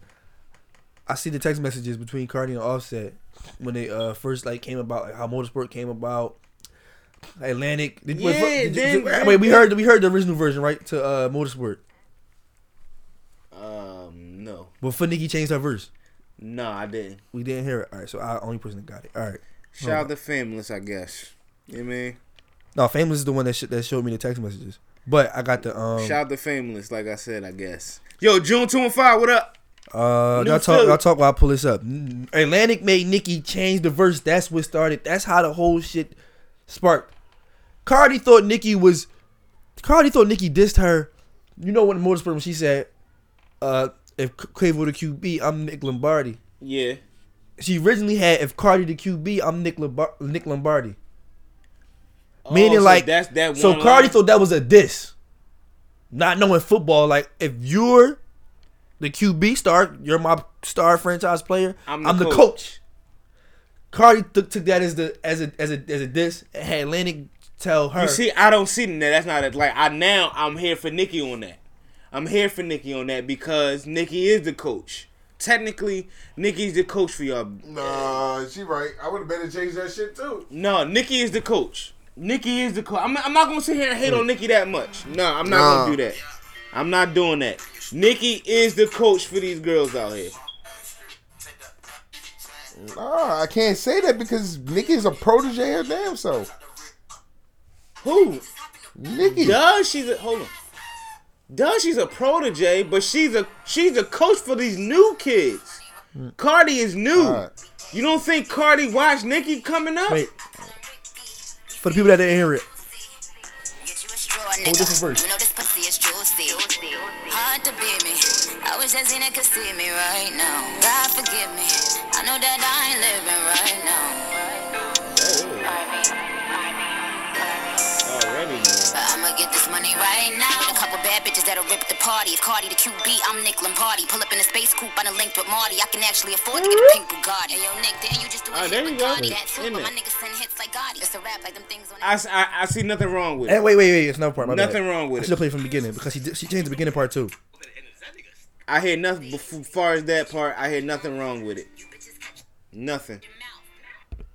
I: I see the text messages between Cardi and Offset when they uh first like came about like how motorsport came about. Atlantic. Did, wait,
F: Yeah,
I: fuck, did you-
F: then-
I: wait, we heard we heard the original version right to uh motorsport,
F: Um, no.
I: but for Nicki changed her verse.
F: No, I didn't.
I: We didn't hear it. All right, so I only person that got it. All right.
F: Shout out to Famous, I guess. You know what I mean?
I: No, Famous is the one that sh- that showed me the text messages. But I got the um.
F: Shout out to Famous, like I said, I guess. Yo, June 2 and 5, what up?
I: Uh,
F: New
I: y'all talk.
F: Philly.
I: Y'all talk while I pull this up. Mm, Atlantic made Nicki change the verse. That's what started. That's how the whole shit sparked. Cardi thought Nicki was. Cardi thought Nicki dissed her. You know when the motorsport when she said, "Uh, if C- Quavo the QB, I'm Nick Lombardi."
F: Yeah.
I: She originally had, "If Cardi the QB, I'm Nick, Lobar- Nick Lombardi." Meaning
F: Oh, so
I: like
F: that's that
I: So
F: one
I: Cardi
F: line?
I: thought that was a diss. Not knowing football, like if you're the QB star, you're my star franchise player. I'm the, coach. Cardi took, took that as the as a as a as a diss. And had Atlantic tell her.
F: You see, I don't see that. That's not it. Like, I now, I'm here for Nikki on that. I'm here for Nikki on that because Nikki is the coach. Technically, Nikki's the coach for y'all.
J: Nah, she right. I would have better changed that shit too.
F: No, Nikki is the coach. Nikki is the coach. I'm, I'm not gonna sit here and hate on Nikki that much. No, I'm not
J: Nah.
F: gonna do that. I'm not doing that. Nikki is the coach for these girls out here.
J: Nah, I can't say that because Nikki is a protege her damn self.
F: Who
J: Nikki,
F: does she's a hold on? Duh, she's a protege, but she's a she's a coach for these new kids. Cardi is new. You don't think Cardi watched Nicki coming up?
I: Wait. For the people that didn't hear it,
K: Hold this verse. You know this pussy is juicy. Hard to beat me. I wish that Zena could see me right now. God forgive me. I know that I ain't living right now. But I'ma get this money right now. A couple bad bitches that'll rip the party. If Cardi the QB, I'm Nick Lombardi. Pull up in a space coupe on a link with Marty. I can actually afford to get a pink Bugatti. Hey, yo, Nick, there you just do
F: Ah,
K: a
F: there
K: hit
F: you
K: with
F: go.
K: Gotti. That too,
F: Isn't
K: but my
F: it?
K: niggas send hits like Gotti. It's a rap like them things on
F: I, s- I- I see nothing wrong with
I: and
F: it.
I: wait, wait, wait, it's another part. My
F: Nothing
I: bad.
F: wrong with
I: I
F: it.
I: should have played from the beginning because she did, she changed the beginning part too.
F: I hear nothing. As far as that part, I hear nothing wrong with it. Nothing.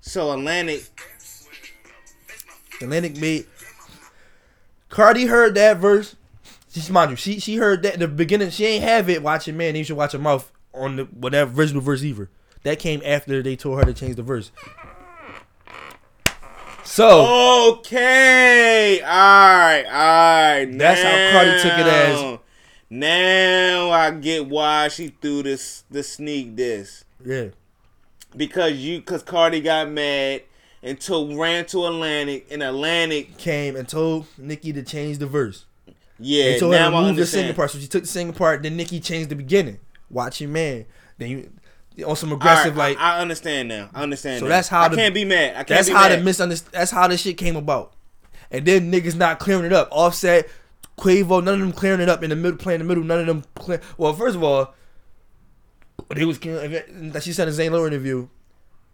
F: So Atlantic,
I: Atlantic made. Cardi heard that verse. She's mind you, she she heard that in the beginning. She ain't have it watching man. You should watch her mouth on the whatever original verse either. That came after they told her to change the verse.
F: Oh.
I: So
F: Okay. All right. All right.
I: That's how Cardi took it as-
F: Now I get why she threw this the sneak this
I: yeah,
F: because you because Cardi got mad and took ran to Atlantic and Atlantic
I: came and told Nicki to change the verse.
F: yeah
I: they told
F: now
I: her to
F: I
I: move the singing
F: understand.
I: part. So she took the singing part. Then Nicki changed the beginning. Watching man. Then you on some aggressive
F: All right,
I: like.
F: I, I understand now. I understand.
I: So
F: now.
I: that's how
F: I
I: the-
F: can't be mad. I can't
I: That's
F: be
I: how
F: mad.
I: the misunderstand. That's how this shit came about. And then niggas not clearing it up. Offset, Quavo, none of them clearing it up in the middle. Playing the middle, none of them. Clear- well, first of all, they was that she said in Zayn Lowe interview.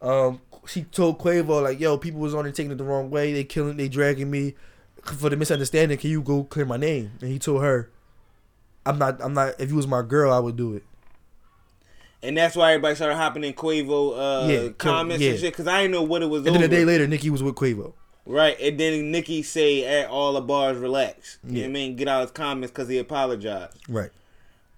I: Um, she told Quavo like, "Yo, people was on there taking it the wrong way. They killing, they dragging me for the misunderstanding. Can you go clear my name?" And he told her, "I'm not. I'm not. If you was my girl, I would do it."
F: and that's why everybody started hopping in Quavo uh,
I: Yeah, Quavo,
F: comments and
I: yeah.
F: shit because I didn't know what it was.
I: And then a
F: over.
I: day later, Nicki was with Quavo.
F: Right, and then Nikki say at all the bars relax. You know what I
I: Yeah.
F: mean? Get out his comments because he apologized.
I: Right.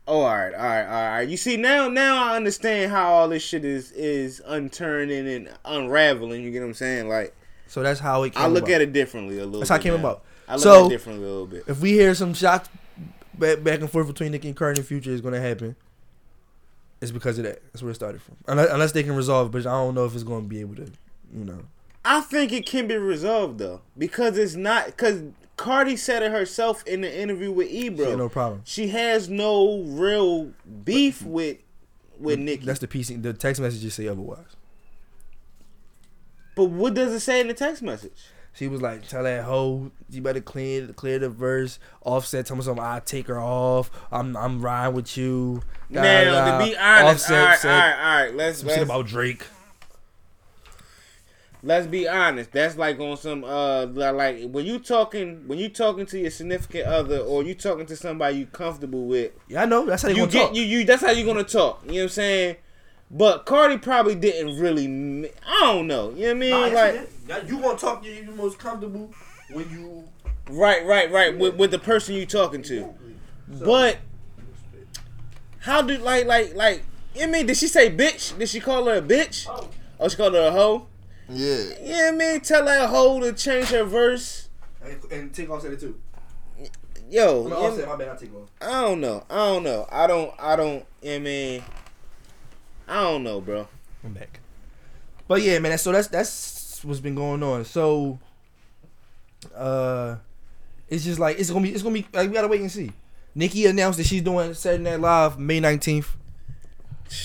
F: Oh, all right, all right, all right. You see now, now I understand how all this shit is is unturning and unraveling. You get what I'm saying? Like
I: So that's how it. Came
F: I look
I: about.
F: at it differently a little.
I: That's how it
F: bit
I: came
F: now.
I: about.
F: I look
I: So-
F: at it differently a little bit.
I: If we hear some shots back, back and forth between Nick and Cardi in the future is going to happen, it's because of that. That's where it started from. Unless, unless they can resolve, it, but I don't know if it's going to be able to, you know.
F: I think it can be resolved though because it's not because Cardi said it herself in the interview with Ebro.
I: She had no problem.
F: She has no real beef with with Nikki.
I: That's the PC. The text messages say otherwise.
F: but what does it say in the text message?
I: She was like, "Tell that hoe you better clear clear the verse." Offset, tell me something. I take her off. I'm I'm riding with you. Da,
F: Now,
I: da.
F: to be honest, all
I: Offset
F: right, all
I: said
F: right, all right. Let's
I: some shit
F: let's,
I: about Drake.
F: let's be honest. That's like on some uh li- like when you talking when you talking to your significant other or you talking to somebody you comfortable with.
I: Yeah, I know. That's how they
F: You
I: gonna
F: get
I: talk.
F: you you. That's how you gonna talk. You know what I'm saying? But Cardi probably didn't really. m- I don't know. You know what I mean? like
I: you gonna talk. You you most comfortable when you
F: right, right, right. With, with the person you talking to. But how do like like like? I mean, did she say bitch? Did she call her a bitch? Oh, she called her a hoe.
J: Yeah.
F: Yeah, I mean, tell that hoe to change her verse.
I: and, and take off said it too.
F: Yo,
I: No,
F: you-
I: Offset, my bad. I take off.
F: I don't know. I don't know. I don't. I don't. I mean, I don't know, bro.
I: I'm back. But yeah, man. So that's that's what's been going on. So, uh, it's just like it's gonna be it's gonna be like we gotta wait and see. Nikki announced that she's doing Saturday Night Live May nineteenth,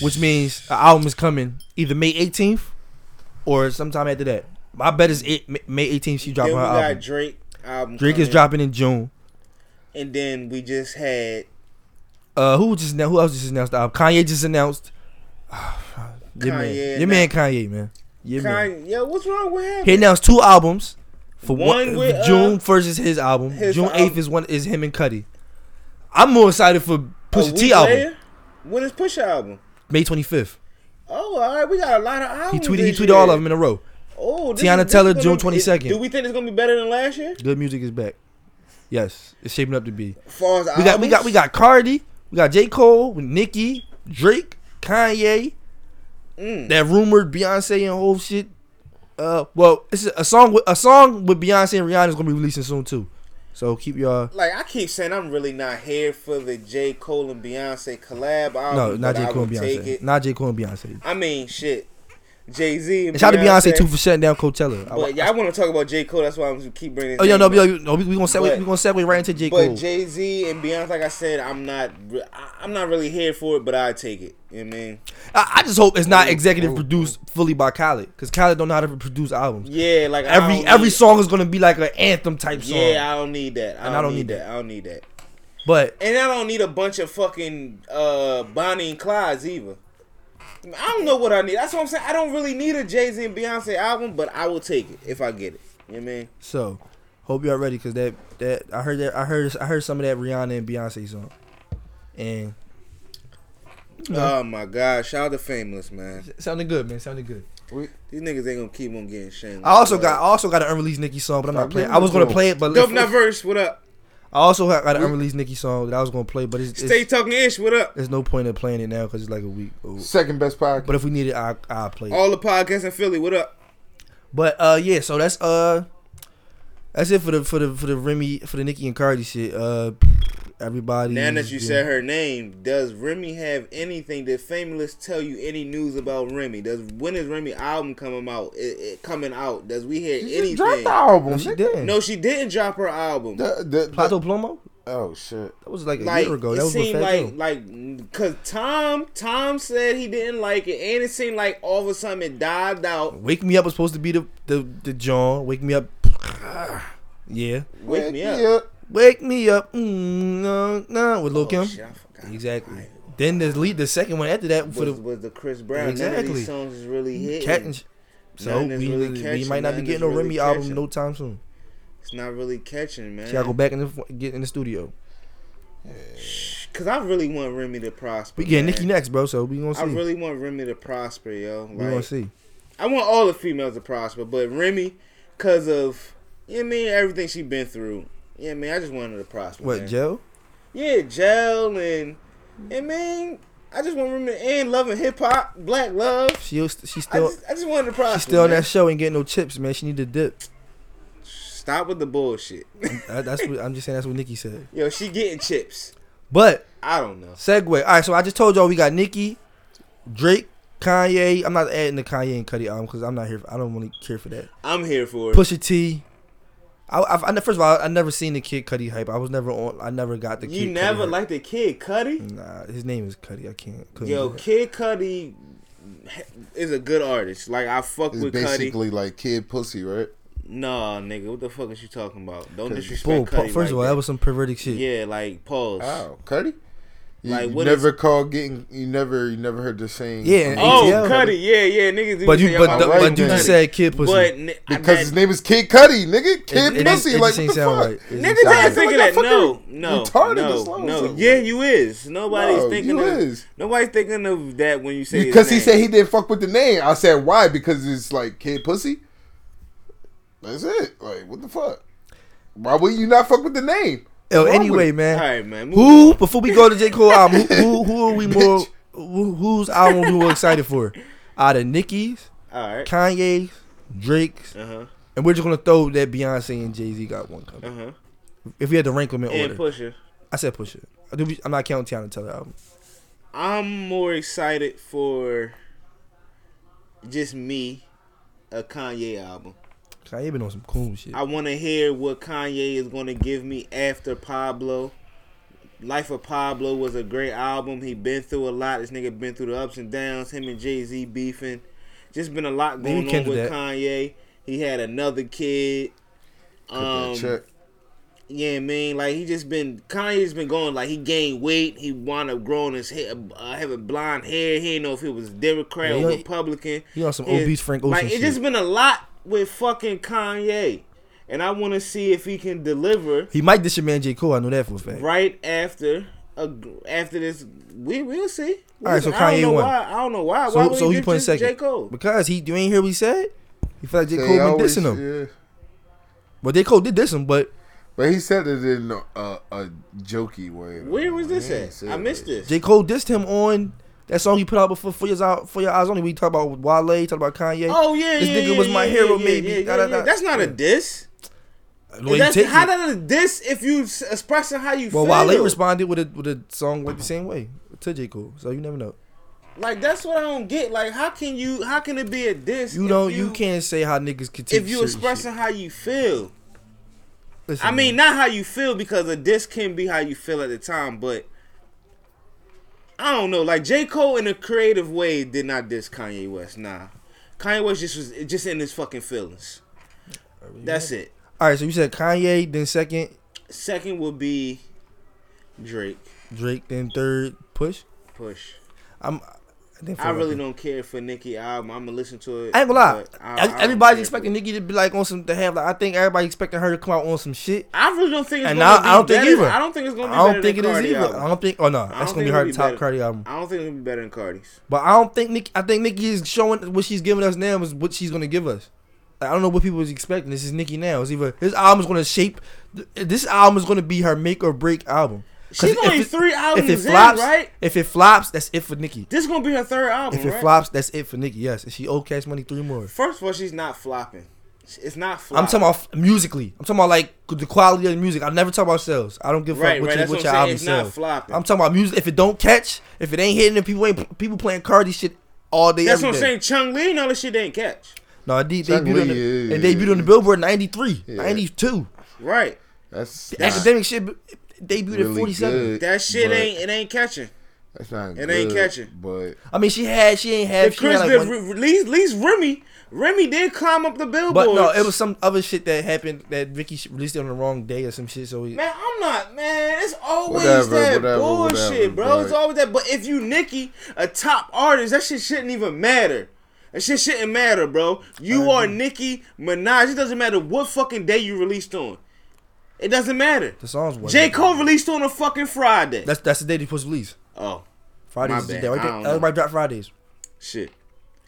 I: which means the album is coming either May eighteenth or sometime after that. My bet is it, Ma- May eighteenth she
F: Then we
I: dropping her
F: got
I: album.
F: Drake album.
I: Drake is
F: coming,
I: dropping in June.
F: And then we just had
I: Uh, who just now? Who else just announced the album? Kanye just announced. [sighs] your
F: Kanye
I: man, your man Kanye, man. Your man.
F: Kanye. Yo, what's wrong with him?
I: He announced two albums. For
F: One
I: one,
F: with, uh,
I: June first is his album.
F: his
I: June
F: album.
I: eighth is one is him and Cuddy. I'm more excited for
F: A
I: Pusha T
F: week
I: album
F: later? What is Pusha album?
I: May 25th.
F: Oh, all right. We got a lot of
I: He
F: albums.
I: tweeted he
F: this
I: tweeted
F: year.
I: all of them in a row.
F: Oh, this
I: Tiana
F: is- this
I: Teller,
F: is gonna
I: June
F: be-
I: 22nd.
F: Do we think it's gonna be better than last year?
I: Good music is back. Yes, it's shaping up to be.
F: As far as
I: We got we got
F: albums?
I: we got Cardi, we got J Cole, Nicki, Drake, Kanye.
F: Mm.
I: That rumored Beyonce and whole shit. Uh, well, it's a song with a song with Beyonce and Rihanna is gonna be releasing soon too. So keep y'all.
F: Like I keep saying, I'm really not here for the J Cole and Beyonce collab. Album,
I: No,
F: but
I: not J.
F: I
I: Cole and
F: would take
I: Beyonce.
F: it.
I: Not J. Cole and Beyonce.
F: I mean, shit. Jay Z.
I: And shout out to Beyonce too for shutting down Coachella. I-
F: But yeah, I want to talk about J Cole. That's why I'm gonna keep bringing.
I: oh yeah, no,
F: but,
I: no, no, we, we gonna segue,
F: But-
I: we gonna segue right into J.
F: but
I: Cole.
F: Jay Z and Beyonce, like I said, I'm not. re- I- I'm not really here for it, but I take it. You know what I mean?
I: I, I just hope it's not executive produced fully by Khaled, because Khaled don't know how to produce albums.
F: Yeah, like I
I: every
F: don't
I: every
F: need-
I: song is gonna be like an anthem type song.
F: Yeah, I don't need that. I
I: And
F: don't,
I: I don't
F: need
I: need
F: that. I don't need that.
I: but
F: And I don't need a bunch of fucking uh, Bonnie and Clyde's either. I don't know what I need. That's what I'm saying. I don't really need a Jay Z and Beyonce album, but I will take it if I get it. You know what I mean?
I: so hope y'all ready, because that that I heard that I heard I heard some of that Rihanna and Beyonce song, and
F: Oh my God! Shout out to Famous man.
I: sounded good, man, sounded good.
F: These niggas ain't gonna keep on getting shamed.
I: I also got I also got an unreleased Nicki song, but I'm not playing. I was gonna play it, but
F: Dope
I: if-
F: Nut verse. What up?
I: I also ha- got an unreleased Nicki song that I was gonna play, but it's, it's-
F: Stay talking ish. What up?
I: there's no point in playing it now because it's like a week old.
J: Second best podcast.
I: But if we need it, I I play. It.
F: All the podcasts in Philly. What up?
I: But uh, yeah, so that's uh, that's it for the for the for the Remy for the Nicki and Cardi shit. Uh, everybody.
F: Now that you said her name, does Remy have anything? Did Famous tell you any news about Remy? Does when is Remy album coming out? It, it coming out? Does we hear anything?
J: She dropped the album.
I: No, she
J: nigga.
I: didn't.
F: No, she didn't drop her album.
J: The- the- the-
I: Plato Plomo.
J: oh shit.
I: That was like a
F: like
I: year ago.
F: it
I: That was with
F: seemed
I: Fat
F: like
I: Joe.
F: like cause Tom Tom said he didn't like it, and it seemed like all of a sudden it dived out.
I: Wake Me Up was supposed to be the the the John. Wake Me Up. [sighs] Yeah.
F: Wake, me up. Oh,
I: Wake Me Up. Mm, no, no, with Lil Kim.
F: Shit, I forgot.
I: Exactly. Then the lead, the second one after that for
F: Was,
I: the
F: was the Chris Brown? None of
I: Exactly.
F: these songs is really hitting.
I: cat and sh- so
F: None is
I: we,
F: really
I: we
F: catching,
I: might not be
F: none is
I: getting no
F: really
I: Remy
F: catching.
I: album no time soon.
F: it's not really catching, man.
I: She gotta go back in the get in the studio.
F: Cause I really want Remy to prosper.
I: We getting
F: man.
I: Nicki next, bro. So we gonna see.
F: I really want Remy to prosper, yo. Like,
I: we gonna see.
F: I want all the females to prosper, but Remy, cause of you know what I mean everything she been through. Yeah, man, I just wanted her to prosper.
I: What
F: man.
I: Joe?
F: Yeah, gel and and man, I just want women and loving hip hop, black love.
I: She was- she
F: I
I: still
F: just, I just wanted to prosper.
I: she still on
F: man.
I: that show ain't getting no chips, man. She need to dip.
F: Stop with the bullshit. [laughs]
I: That- that's what I'm just saying. That's what Nicki said.
F: Yo, she getting chips.
I: But
F: I don't know.
I: segue. All right, so I just told y'all we got Nicki, Drake, Kanye. I'm not adding the Kanye and Cudi album because I'm not here. For, I don't really care for that.
F: I'm here for it.
I: Pusha T. I, I've, I ne- first of all, I never seen the Kid Cudi hype. I was never on. I never got the.
F: You
I: Kid
F: never
I: Cudi hype.
F: liked the Kid Cudi?
I: Nah, his name is Cudi. I can't. couldn't
F: Yo,
I: do that.
F: Kid Cudi is a good artist. Like I fuck
J: It's
F: with Cudi.
J: basically like kid pussy, right?
F: Nah, nigga, what the fuck is you talking about? Don't
J: Cause-
I: Bull,
F: disrespect
I: pa-
F: Cudi.
I: first
F: like
I: of all, that. was some pervertic shit.
F: yeah, like pause.
J: Oh, Cuddy. You,
F: Like,
J: you
F: what
J: never called getting. You never. You never heard the saying.
I: Yeah, and-
F: Oh,
I: ATL.
F: Cudi, yeah, yeah, niggas. do
I: But you,
F: say
I: but,
F: about
I: the,
J: right,
I: but you
J: then.
I: just said kid pussy.
F: But ni- I
J: because
F: bet-
J: his name is Kid Cuddy, nigga. Kid
I: it just-
J: pussy.
I: it just
J: like what
I: ain't
J: the
I: sound
J: fuck?
I: right. It
F: Niggas ain't
J: Like,
F: thinking
J: what
F: that.
J: the fuck
F: No,
J: are you
F: no,
J: retarded
F: no,
J: as long as
F: no.
J: that
F: Yeah,
J: was?
F: you is. Nobody's
J: No,
F: thinking
J: you
F: of.
J: is.
F: Nobody's thinking of that when you say his
J: Because he
F: name.
J: said he didn't fuck with the name. I said why? Because it's like kid pussy. That's it. Like what the fuck? Why would you not fuck with the name?
I: Yo,
J: Wrong with
I: anyway,
J: it.
I: man.
F: All right, man. move
I: Who
F: on.
I: before we go to J
F: [laughs]
I: Cole album? Who, who, who are we more?
J: Bitch.
I: Who, whose album we more excited
F: [laughs]
I: for? Out of Nicki's,
F: All right.
I: Kanye's, Drake's,
F: Uh huh.
I: and we're just gonna throw that Beyonce and Jay Z got one coming.
F: Uh huh.
I: If we had to rank them in
F: And
I: order,
F: Pusha.
I: I said push it. I'm not counting Tiana Taylor album.
F: I'm more excited for just me, a Kanye album.
I: Kanye been on some cool shit.
F: I want to hear what Kanye is going to give me after Pablo. Life of Pablo was a great album. He been through a lot. This nigga been through the ups and downs. Him and Jay Z beefing. Just been a lot
I: Maybe
F: going
I: can
F: on
I: do
F: with
I: that.
F: Kanye. He had another kid. Um,
J: Check.
F: yeah, man. Like he just been Kanye's been going. Like he gained weight. He wound up growing his hair, uh, having blonde hair. He didn't know if he was Democrat
I: Yeah, he
F: or
I: on-
F: Republican.
I: he on some
F: His-
I: obese Frank Ocean
F: Like it
I: shit.
F: just been a lot with fucking Kanye, and I want to see if he can deliver
I: he might diss your man J Cole. I know that for a fact.
F: right after. A, after this, we we'll see.
I: All right, so
F: I don't
I: Kanye
F: know
I: won.
F: Why, I don't know why. why
I: So,
F: would
I: so
F: he
I: who you
F: do
I: putting
F: just
I: second?
F: J Cole.
I: Because he, you ain't hear what he said. He felt like J
J: They
I: Cole been
J: always-
I: dissing him.
J: yeah.
I: But J Cole did diss him, but
J: But he said it in a, a, a jokey way.
F: Where was
J: He
F: this
J: ain't
F: at?
J: said
F: I missed
J: it.
F: this.
I: J. Cole dissed him on that song he put out before For Your Eyes, For Your Eyes Only. We talk about Wale, talk about Kanye.
F: oh yeah,
I: This
F: yeah,
I: nigga
F: yeah,
I: was my
F: yeah,
I: hero,
F: yeah,
I: maybe.
F: yeah, yeah,
I: Da, da,
F: yeah.
I: da.
F: That's not a
I: Yeah.
F: diss.
I: Well,
F: That's-
I: you take
F: how
I: it.
F: does this if you s- expressing how you
I: Well,
F: feel?
I: Wale responded with a with a song like the same way to J Cole, so you never know.
F: Like that's what I don't get. Like how can you? How can it be a diss?
I: You
F: if
I: don't. You, can't say how niggas can take.
F: if you expressing how you feel.
I: Listen,
F: I mean, not how you feel because a diss can be how you feel at the time, but I don't know. Like J Cole in a creative way did not diss Kanye West. Nah, Kanye West just was just in his fucking feelings. That's it.
I: All right, so you said Kanye, then second
F: Second would be Drake.
I: Drake, then third Push.
F: Push.
I: I'm. I, think
F: I really don't care for Nicki album. I'm gonna listen to it.
I: I ain't gonna lie.
F: but I- I
I: Everybody's
F: don't
I: everybody
F: care for
I: expecting Nicki to be like on some to have like I think everybody expecting her to come out on some shit.
F: I really don't think it's
I: and
F: gonna
I: I,
F: be
I: I don't think
F: better-
I: either.
F: I don't think it's gonna be
I: I
F: better
I: don't think
F: than
I: it is
F: Cardi
I: either.
F: album.
I: I don't think. Oh no,
F: I don't
I: that's
F: think
I: gonna be
F: it'll
I: her
F: be
I: top
F: better.
I: Cardi album.
F: I don't think it'll be better than Cardi's.
I: But I don't think Nicki. I think Nicki is showing what she's giving us now is what she's gonna give us. I don't know what people is expecting. This is Nicki now. It's either this album is gonna shape. th- This album is gonna be her make or break album. 'Cause
F: She's
I: if
F: only
I: it-
F: three albums in,
I: flops,
F: right?
I: If it flops, that's it for Nicki.
F: This is gonna be her third album.
I: If it
F: right?
I: flops, that's it for Nicki. Yes, and she owe Cash Money three more.
F: First of all, she's not flopping. It's not flopping.
I: I'm talking about f- musically. I'm talking about like the quality of the music. I never talk about sales. I don't give a
F: Right,
I: fuck what
F: right,
I: your,
F: that's
I: what
F: what
I: your
F: I'm saying.
I: album
F: It's not
I: sells.
F: flopping.
I: I'm talking about music. If it don't catch, if it ain't hitting, if people ain't people playing Cardi shit all day.
F: That's
I: every
F: what I'm
I: day.
F: saying. Chung Lee and all this shit didn't catch.
I: No, it de-
F: Chuck
I: debuted on
F: Lee,
I: the,
F: yeah,
I: it
F: yeah,
I: debuted on the Billboard 93,
F: Yeah.
I: 92.
F: Right.
J: That's
I: The academic shit b- debuted at
J: really
I: 47.
J: good,
F: That shit
J: but
F: ain't it ain't catching.
J: That's not.
F: It ain't
J: good,
F: catching.
J: But
I: I mean, she had she ain't had
F: The
I: she had
F: Chris
I: like
F: did,
I: one-
F: re- at least, at least Remy, Remy did climb up the
I: but
F: billboard.
I: no, it was some other shit that happened that Vicky sh- released it on the wrong day or some shit. So it,
F: Man, I'm not, man. It's always
I: Whatever,
F: that
I: whatever,
F: bullshit,
I: whatever,
F: bro. It's
I: right.
F: always that. But if you Nicki, a top artist, that shit shouldn't even matter. That shit shouldn't matter, bro. You are Nicki Minaj. It doesn't matter what fucking day you released on. It doesn't matter.
I: the songs was
F: J. Cole released on a fucking Friday.
I: That's that's the day they supposed to release.
F: Oh,
I: Fridays
F: my
I: is the
F: bad.
I: day. Right
F: I
I: there.
F: don't know.
I: Everybody drop Fridays.
F: Shit.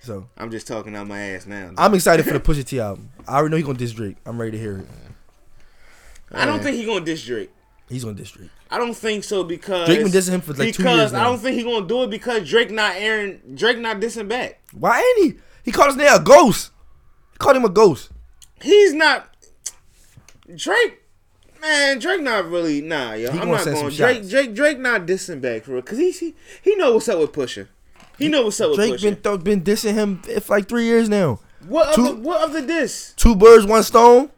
I: So
F: I'm just talking out my ass now.
I: I'm excited for the Pusha T album. I already know he gonna diss Drake. I'm ready to hear it.
F: I don't think he gonna diss Drake.
I: he's gonna diss Drake.
F: I don't think so because
I: Drake been dissing him for, like, two
F: because
I: years
F: I
I: now.
F: don't think he gonna do it because Drake not airing Drake not dissing back.
I: Why ain't he? He called his name a ghost. He called him a ghost.
F: He's not Drake. Man, Drake not really nah, yo.
I: He
F: I'm
I: gonna
F: not
I: send some
F: going Drake.
I: shots.
F: Drake Drake not dissing back for real because he, he he know what's up with Pusha. He know what's up with
I: Drake
F: Pusha.
I: been th- been dissing him eh, for like three years now.
F: what
I: two-
F: of the, what of the diss?
I: Two birds, one stone.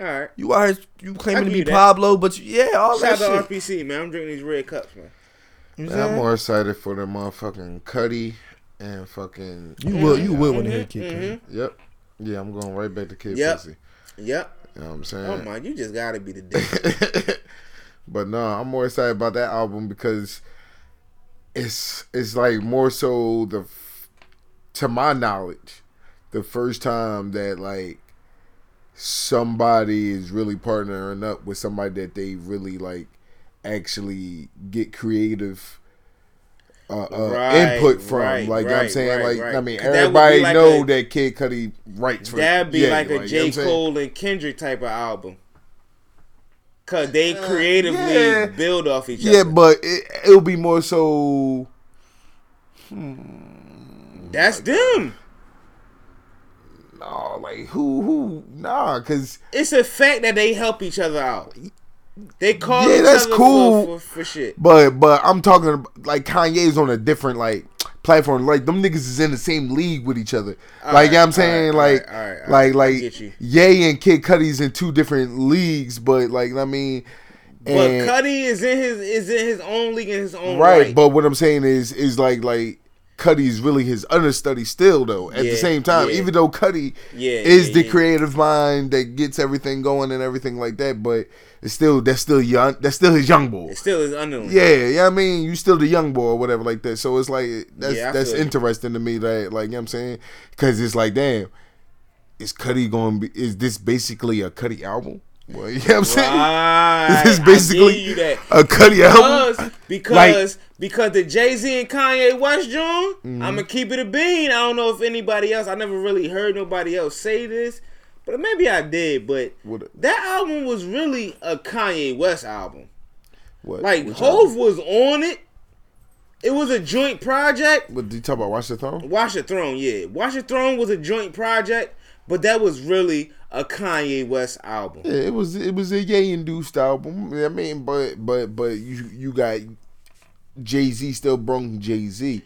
F: All right.
I: You are you claiming
F: I
I: to
F: give
I: be
F: you that.
I: Pablo, but you, yeah, all
F: Shout
I: that
F: out
I: shit.
F: to RPC, man. I'm drinking these red cups, man.
I: You
J: Man, I'm more excited for the motherfucking Cuddy and fucking.
I: You will- you will
F: Mm-hmm.
I: wanna hear Kid Cudi.
J: Yep. Yeah, I'm going right back to Kid
F: Yep.
J: Pussy.
F: Yep.
I: Uh,
J: You know what I'm saying?
F: Oh my, you just gotta be the dick.
I: [laughs]
J: But no, I'm more excited about that album because it's it's like more so the f- to my knowledge, the first time that like somebody is really partnering up with somebody that they really like actually get creative uh, uh,
F: Right,
J: input from
F: right,
J: like you know what I'm
F: right,
J: saying
F: right,
J: like
F: right.
J: I mean
F: That would be
J: everybody
F: like
J: know
F: a-
J: that Kid Cudi writes for
F: That'd be
J: yeah,
F: like
J: you
F: a
J: know
F: J.
J: what I'm saying?
F: Cole and Kendrick type of album. Cause they creatively
J: yeah.
F: build off each
J: yeah
F: other.
J: but it, it'll be more so
F: That's them.
J: No, like who who nah, cause
F: It's a fact that they help each other out. They call
J: Yeah,
F: each
J: that's
F: other
J: cool.
F: for, for, for shit.
J: but but I'm talking about, like Kanye's on a different like platform. Like them niggas is in the same league with each other.
F: All
J: like you know what
F: right,
J: I'm saying,
F: all right,
J: like
F: all right, all right,
J: like
F: I
J: like
F: get you.
J: Ye and Kid Cudi's in two different leagues, but like I mean,
F: But
J: and-
F: Cuddy is in his is in his own league in his own
J: right,
F: right.
J: But what I'm saying is is like like. Cuddy's really his understudy still though. At
F: Yeah,
J: the same time,
F: yeah.
J: even though Cuddy
F: Yeah,
J: is
F: yeah,
J: the
F: yeah.
J: creative mind that gets everything going and everything like that, but it's still that's still young that's still his young boy.
F: It's still his underling.
J: Yeah, yeah, I mean, you still the young boy or whatever like that. So it's like that's
F: Yeah, I
J: that's
F: feel you.
J: interesting to me that like you know what I'm saying cuz it's like damn is Cuddy going to be is this basically a Cuddy album? Well, you know what [laughs] I'm saying? [laughs]
F: Right.
J: This is
F: I
J: basically
F: give you that.
J: a Cuddy album.
F: Because
J: Like- Mm-hmm.
F: because because the Jay Z and Kanye West joint. I'm gonna keep it a bean. I don't know if anybody else. I never really heard nobody else say this, but maybe I did. But
J: What-
F: that album was really a Kanye West album.
J: What?
F: Like
J: Which
F: Hove
J: album?
F: was on it. It was a joint project.
J: What do you talk about? Watch the throne.
F: Watch the Throne, yeah. Watch the Throne was a joint project. But that was really a Kanye West album.
I: Yeah, it was it was a Ye induced album. I mean, but but but you you got Jay Z still brung Jay Z.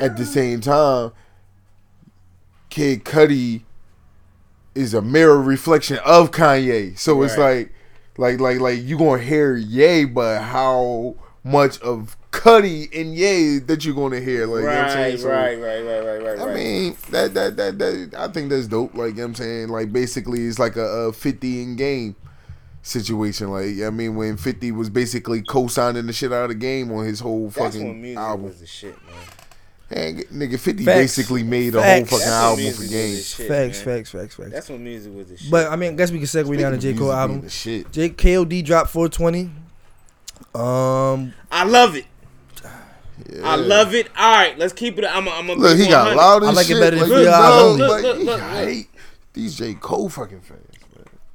I: At the same time, Kid Cudi is a mirror reflection of Kanye. So it's
F: Right.
I: like like like like you gonna hear Ye, but how much of Cudi and Ye that you gonna hear? Like you know what I'm saying?
F: right,
I: So-
F: right, right, right, right, right,
I: I
F: right.
I: mean, that, that that that I think that's dope. Like you know what I'm saying, like basically it's like a, a 50 in game situation. Like I mean, when 50 was basically co-signing the shit out of the game on his whole
F: that's
I: fucking
F: when music
I: album.
F: was the shit, man.
I: And nigga, 50
H: Facts.
I: basically made a
H: Facts.
I: whole fucking
H: That's what
I: album
H: music
I: for
H: is,
I: game.
H: is shit, Facts, man. facts, facts, facts.
F: That's when music was the shit.
H: But I mean, I guess we can segue down to J
I: Speaking of
H: Cole
I: music
H: album.
I: being the shit.
H: J KOD dropped 420. Um,
F: I love it. I love it. All right, let's keep it. I'm. I'm.
I: Look, he got loud as
H: I like it
I: shit.
H: better than
I: like,
H: Free
I: no,
H: Album.
I: like,
F: Look,
I: he
F: look,
I: got
F: look.
I: hate these J Cole fucking fans.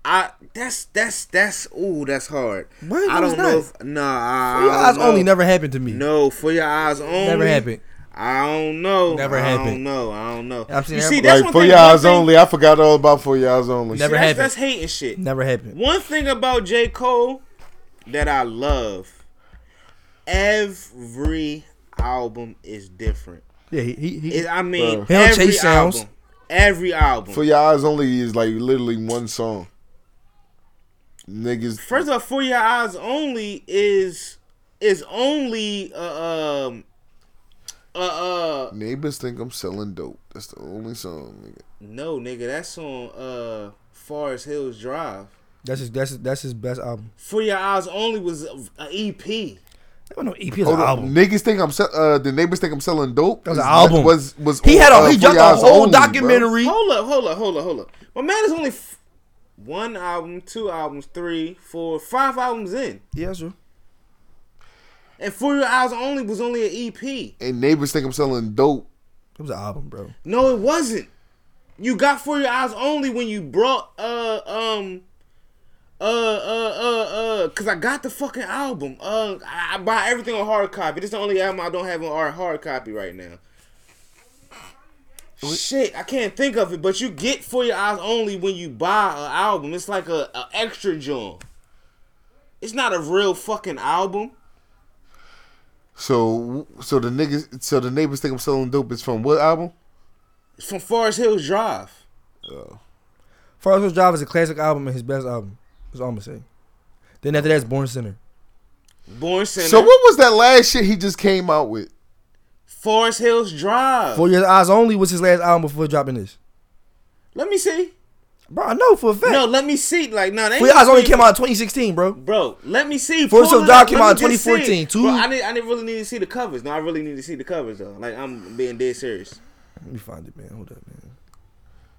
F: I. That's that's that's. Ooh, that's hard.
H: What?
F: I
H: It was
F: don't know.
H: not.
F: If, nah. I,
H: For Your
F: I
H: Eyes
F: don't know.
H: Only never happened to me.
F: No, for your eyes only.
H: Never happened.
F: I don't know.
H: Never
F: I don't
H: happened.
F: know. I don't know.
H: I've seen
F: you
H: it
F: see,
H: happen.
F: that's
I: like
F: one
I: for
F: thing,
I: your
F: one
I: eyes
F: thing-
I: only, I forgot all about for your eyes only.
H: Never
F: that's,
H: happened.
F: that's hating shit.
H: Never happened.
F: One thing about J. Cole that I love, every album is different.
H: Yeah, he he, he
F: It- I mean,
I: Bruh.
H: He don't
F: every
H: chase sounds.
F: album, every album.
I: For your eyes only is like literally one song. Niggas,
F: First of all, for your eyes only is is only uh, um uh uh
I: neighbors think I'm selling dope. That's the only song, nigga.
F: no nigga that's on uh Forest Hills Drive.
H: that's his that's his, that's his best album.
F: For your eyes only was E an EP.
H: That was no EP, it was
I: Hold
H: an
I: on.
H: album.
I: Niggas think I'm sell- uh, the neighbors think I'm selling dope.
H: That was an
I: Is-
H: album.
I: Was was
H: He
I: on,
H: had a
I: uh,
H: he
I: For
H: dropped
I: Your
H: a
I: Eyes
H: whole
I: Only, bro.
H: documentary.
F: Hold up, hold up, hold up, hold up. My man is only f- one album, two albums, three, four, five albums in,
H: Yeah, sure.
F: and For Your Eyes Only was only E an EP.
I: And neighbors think I'm selling dope.
H: It was an album, bro.
F: No, it wasn't. You got For Your Eyes Only when you brought uh um uh uh uh uh because I got the fucking album. Uh, I, I buy everything on hard copy. This is the only album I don't have on hard- hard copy right now. Shit, I can't think of it, but you get For Your Eyes Only when you buy an album. It's like a, a extra joint. It's not a real fucking album.
I: So so the niggas so the neighbors think I'm selling dope is from what album?
F: It's from Forest Hills Drive.
H: Forest Hills Drive is a classic album and his best album. That's all I'm gonna say. Then after that's Born Center.
F: Born Center.
I: So what was that last shit he just came out with?
F: Forest Hills Drive.
H: Four Years Eyes Only was his last album before dropping this.
F: Let me see.
H: Bro, I know for a fact.
F: No, let me see. Like, no, that
H: Four Years Eyes Only came out in 2016, bro.
F: Bro, let me see.
H: Forest
F: Pull
H: Hill
F: it
H: Drive
F: up.
H: came
F: Let
H: out
F: me
H: in
F: just
H: 2014,
F: see. Bro,
H: too.
F: I didn't, I didn't really need to see the covers. No, I really need to see the covers though. Like, I'm being dead serious.
H: Let me find it, man. Hold up, man.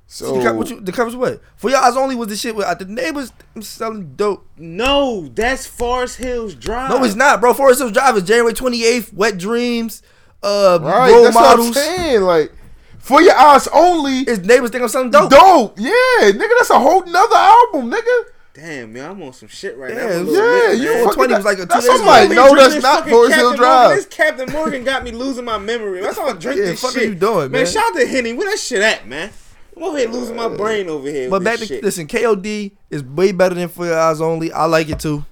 I: So
H: The, co- what you, the covers what? For Your Eyes Only was the shit with uh, the neighbors I'm selling dope.
F: No, that's Forest Hills Drive.
H: No, it's not, bro. Forest Hills Drive is January 28th. Wet Dreams. Uh,
I: right,
H: role
I: that's
H: models.
I: what I'm saying. Like for your eyes only
H: His neighbors think I'm selling dope.
I: dope. Yeah, nigga, that's a whole nother album, nigga.
F: Damn, man, I'm on some shit right
H: Yeah,
F: now. I'm a little
I: Yeah,
F: lit,
I: you
F: man.
H: fucking- 420
I: fucking that-
H: was like a two days
I: That's what I'm like,
H: ago.
I: no,
F: Drinking
I: that's
F: this
I: not
F: fucking
I: Forest Hill
F: Captain Morgan.
I: Drive.
F: This Captain Morgan got me losing my memory. That's all I drink
H: [laughs] Yeah,
F: this
H: fuck
F: shit.
H: you doing, man? Uh,
F: shout out to Henny. Where that shit at, man? I'm over here losing my brain over here.
H: But
F: with
H: back
F: this
H: to
F: shit.
H: listen, KOD is way better than For Your Eyes Only. I like it too.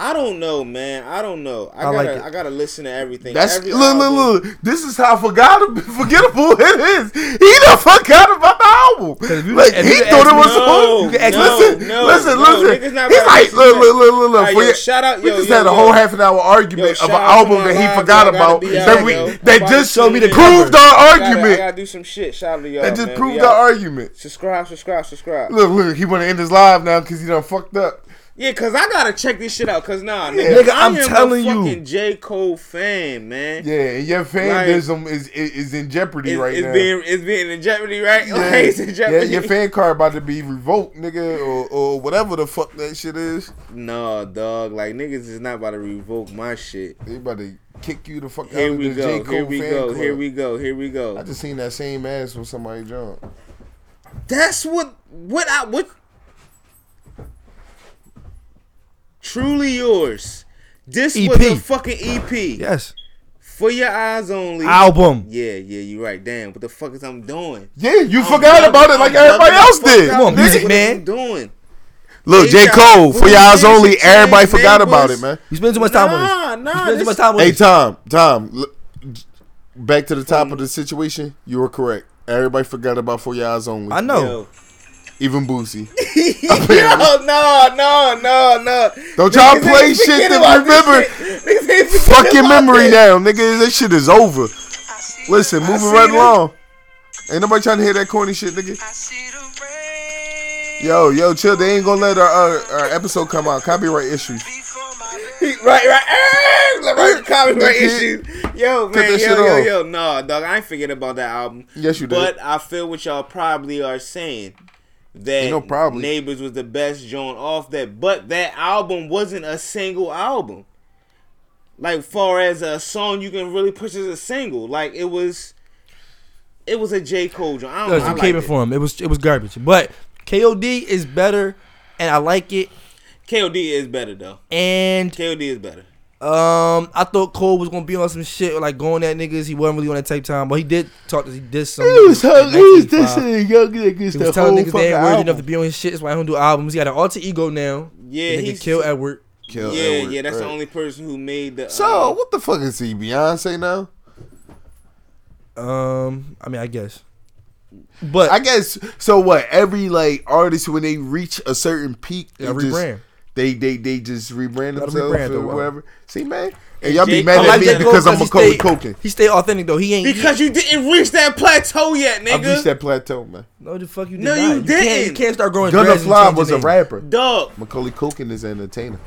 F: I don't know, man. I don't know. I,
H: I
F: gotta,
H: like it.
F: I gotta listen to everything.
I: That's
F: Every oh,
I: look,
F: album.
I: look, look. This is how forgot forgettable [laughs] it is. He done forgot about the
H: if you-
I: album. Like
H: if
I: he
H: you
I: thought
H: ask
I: it
H: me-
I: was.
F: No,
I: on.
H: you can ask me-
I: listen,
F: No, no,
I: listen,
F: no, niggas
I: listen.
F: not
I: He's
F: about
I: like,
F: to
I: look,
F: listen.
I: look, look, look,
F: All
I: look.
F: right,
I: for
F: yo,
I: your-
F: shout out-
I: we
F: yo,
I: just
F: yo,
I: had a
F: yo.
I: whole half an hour
F: Yo,
I: argument
F: shout
I: of an
F: out to
I: album
F: my
I: that
F: live,
I: he
F: yo.
I: forgot
F: Gotta
I: about.
F: be out,
I: That we
F: yo.
I: that
F: Everybody
I: just showed me that
F: tune in.
I: proved our
F: I gotta- I
I: argument.
F: gotta do some shit. Shout out to y'all.
I: That just
F: man.
I: proved
F: We out.
I: our argument.
F: Subscribe, subscribe, subscribe.
I: Look, look. He want to end his live now because he done fucked up.
F: Yeah, cause I gotta check this shit out. Cause nah, nigga,
H: Nigga,
F: I
H: I'm
F: am
H: telling
F: a
H: you.
F: fucking J Cole fan, man.
I: Yeah, and your fandism is, is is in jeopardy
F: It's,
I: right
F: it's
I: now.
F: being it's being in jeopardy, right? [laughs]
I: Yeah.
F: Okay, it's in
I: Yeah,
F: jeopardy.
I: your fan card about to be revoked, nigga, or, or whatever the fuck that shit is.
F: no, dog. Like niggas is not about to revoke my shit.
I: They about to kick you the fuck out
F: Here
I: of
F: we
I: this
F: go.
I: J. Cole
F: Here we
I: fan
F: go.
I: club.
F: Here we go. Here we go.
I: I just seen that same ass when somebody jumped.
F: That's what what I what Truly yours. This was
H: EP.
I: E
F: a fucking EP.
H: Yes.
F: For your eyes only
H: Album.
F: Yeah, yeah, you right. Damn, what the fuck is I'm doing?
I: Oh, Yeah, you
F: I'm
I: forgot
F: bugging-
I: about it like
F: I'm
I: everybody
F: bugging the
I: else
F: fuck
I: did.
F: out.
I: Come on,
F: That's
I: music
F: what
I: man.
F: I'm doing.
I: Look, J.
F: They got
I: Cole, for
F: food,
I: your eyes
F: they
I: only,
F: got
I: everybody
F: chain
I: forgot about
F: neighbors.
I: it, man.
H: You spend too much time on
F: Nah,
H: this.
F: nah,
H: you
I: [laughs]
H: spend too
F: this-
H: much time on
I: Hey,
H: this.
I: Tom, Tom, look, back to the top of the situation. You were correct. Everybody forgot about For Your Eyes Only.
H: I know.
I: Even [laughs] Boosie.
F: [laughs] Yo, no, no, no, no.
I: Don't y'all
F: Niggas
I: play
F: ain't
I: shit
F: forgetting
I: that
F: about this
I: remember-
F: shit. Niggas ain't forgetting
I: Fuck your
F: about
I: memory
F: this.
I: now, nigga. That shit is over. Listen, moving
F: see
I: right
F: that.
I: along. Ain't nobody trying to hear that corny shit, nigga. Yo, yo, chill. They ain't gonna let our, our, our episode come out. Copyright issues.
F: Right, right, eh,
I: [laughs]
F: right. Copyright
I: Okay.
F: issue. Yo,
I: that
F: man, yo,
I: shit
F: yo,
I: off.
F: yo, nah, dog. I ain't forgetting about that album.
I: Yes, you did.
F: But I feel what y'all probably are saying that
I: Ain't no problem.
F: Neighbors was the best joint off that, but that album wasn't a single album. Like far as a song you can really push as a single, like it was, it was a J Cole joint. I don't know. I
H: Listen,
F: liked
H: came
F: it.
H: in for him. It was it was garbage. But KOD is better, and I like it.
F: KOD is better though.
H: And
F: KOD is better.
H: um, I thought Cole was gonna be on some shit like going at niggas. He wasn't really on that type time, but he did talk. He did some.
I: young niggas
H: He was telling niggas they ain't worthy enough to be on his shit. That's why I don't do albums. He got an alter ego now.
F: Yeah,
H: the nigga
F: he's-
H: kill Edward.
I: Kill
F: yeah,
I: Edward,
F: yeah. That's
I: right.
F: the only person who made the. uh,
I: So what the fuck is he Beyonce now?
H: Um, I mean, I guess. But
I: I guess so. What every like artist when they reach a certain peak, they
H: Yeah,
I: just-
H: rebrand.
I: They they they just rebrand
H: Gotta
I: themselves
H: rebrand,
I: or
H: though, wow.
I: whatever. See, man, and y'all
F: J.
I: be
F: Cole-
I: mad
H: I
I: at
H: like
I: me
H: J. Cole
I: because I'm
H: he
I: Macaulay
H: stayed-
I: Culkin.
H: He stayed authentic though. He ain't
F: [laughs] Because you didn't reach that plateau yet,
I: I've reached
F: nigga.
I: that plateau, man.
H: No, the fuck you did
F: No,
H: not.
F: you
H: Can't, you
F: didn't.
H: can't start growing.
I: Gunna
H: dreads and
I: Fly
H: change
I: was
H: your
I: a
H: name.
I: rapper.
F: Dog.
I: Macaulay Culkin is an entertainer.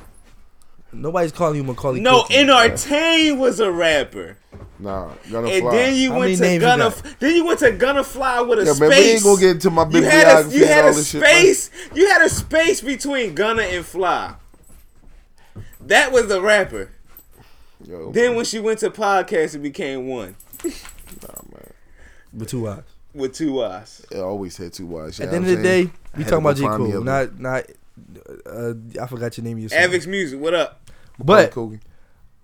H: Nobody's calling you Macaulay.
F: No,
H: Culkin.
F: Entertain was a rapper.
I: Nah, Gunna
F: And
I: Fly.
F: then you
H: How many
F: went to
H: names you
F: Gunna.
H: got?
F: F- then you went to Gunna Fly with a
I: Yeah,
F: space.
I: man, we ain't gonna get into my
F: you had a,
I: bibliography
F: you
I: and
F: had
I: all
F: a
I: this shit, man.
F: space. you had a space between Gunna and Fly. That was the rapper.
I: Yo,
F: Then when she went to podcast, it became one
H: with two eyes.
F: with two eyes.
I: I always had two wives. you
H: At the end
I: know what
H: of
I: I'm
H: the
I: saying?
H: day, we
I: Had to
H: talking
I: go
H: about J
I: find the
H: Cole,
I: other
H: not not. Uh, I forgot your name. Your song.
F: Avix Music, what up?
I: Macaulay
H: but
I: Culkin.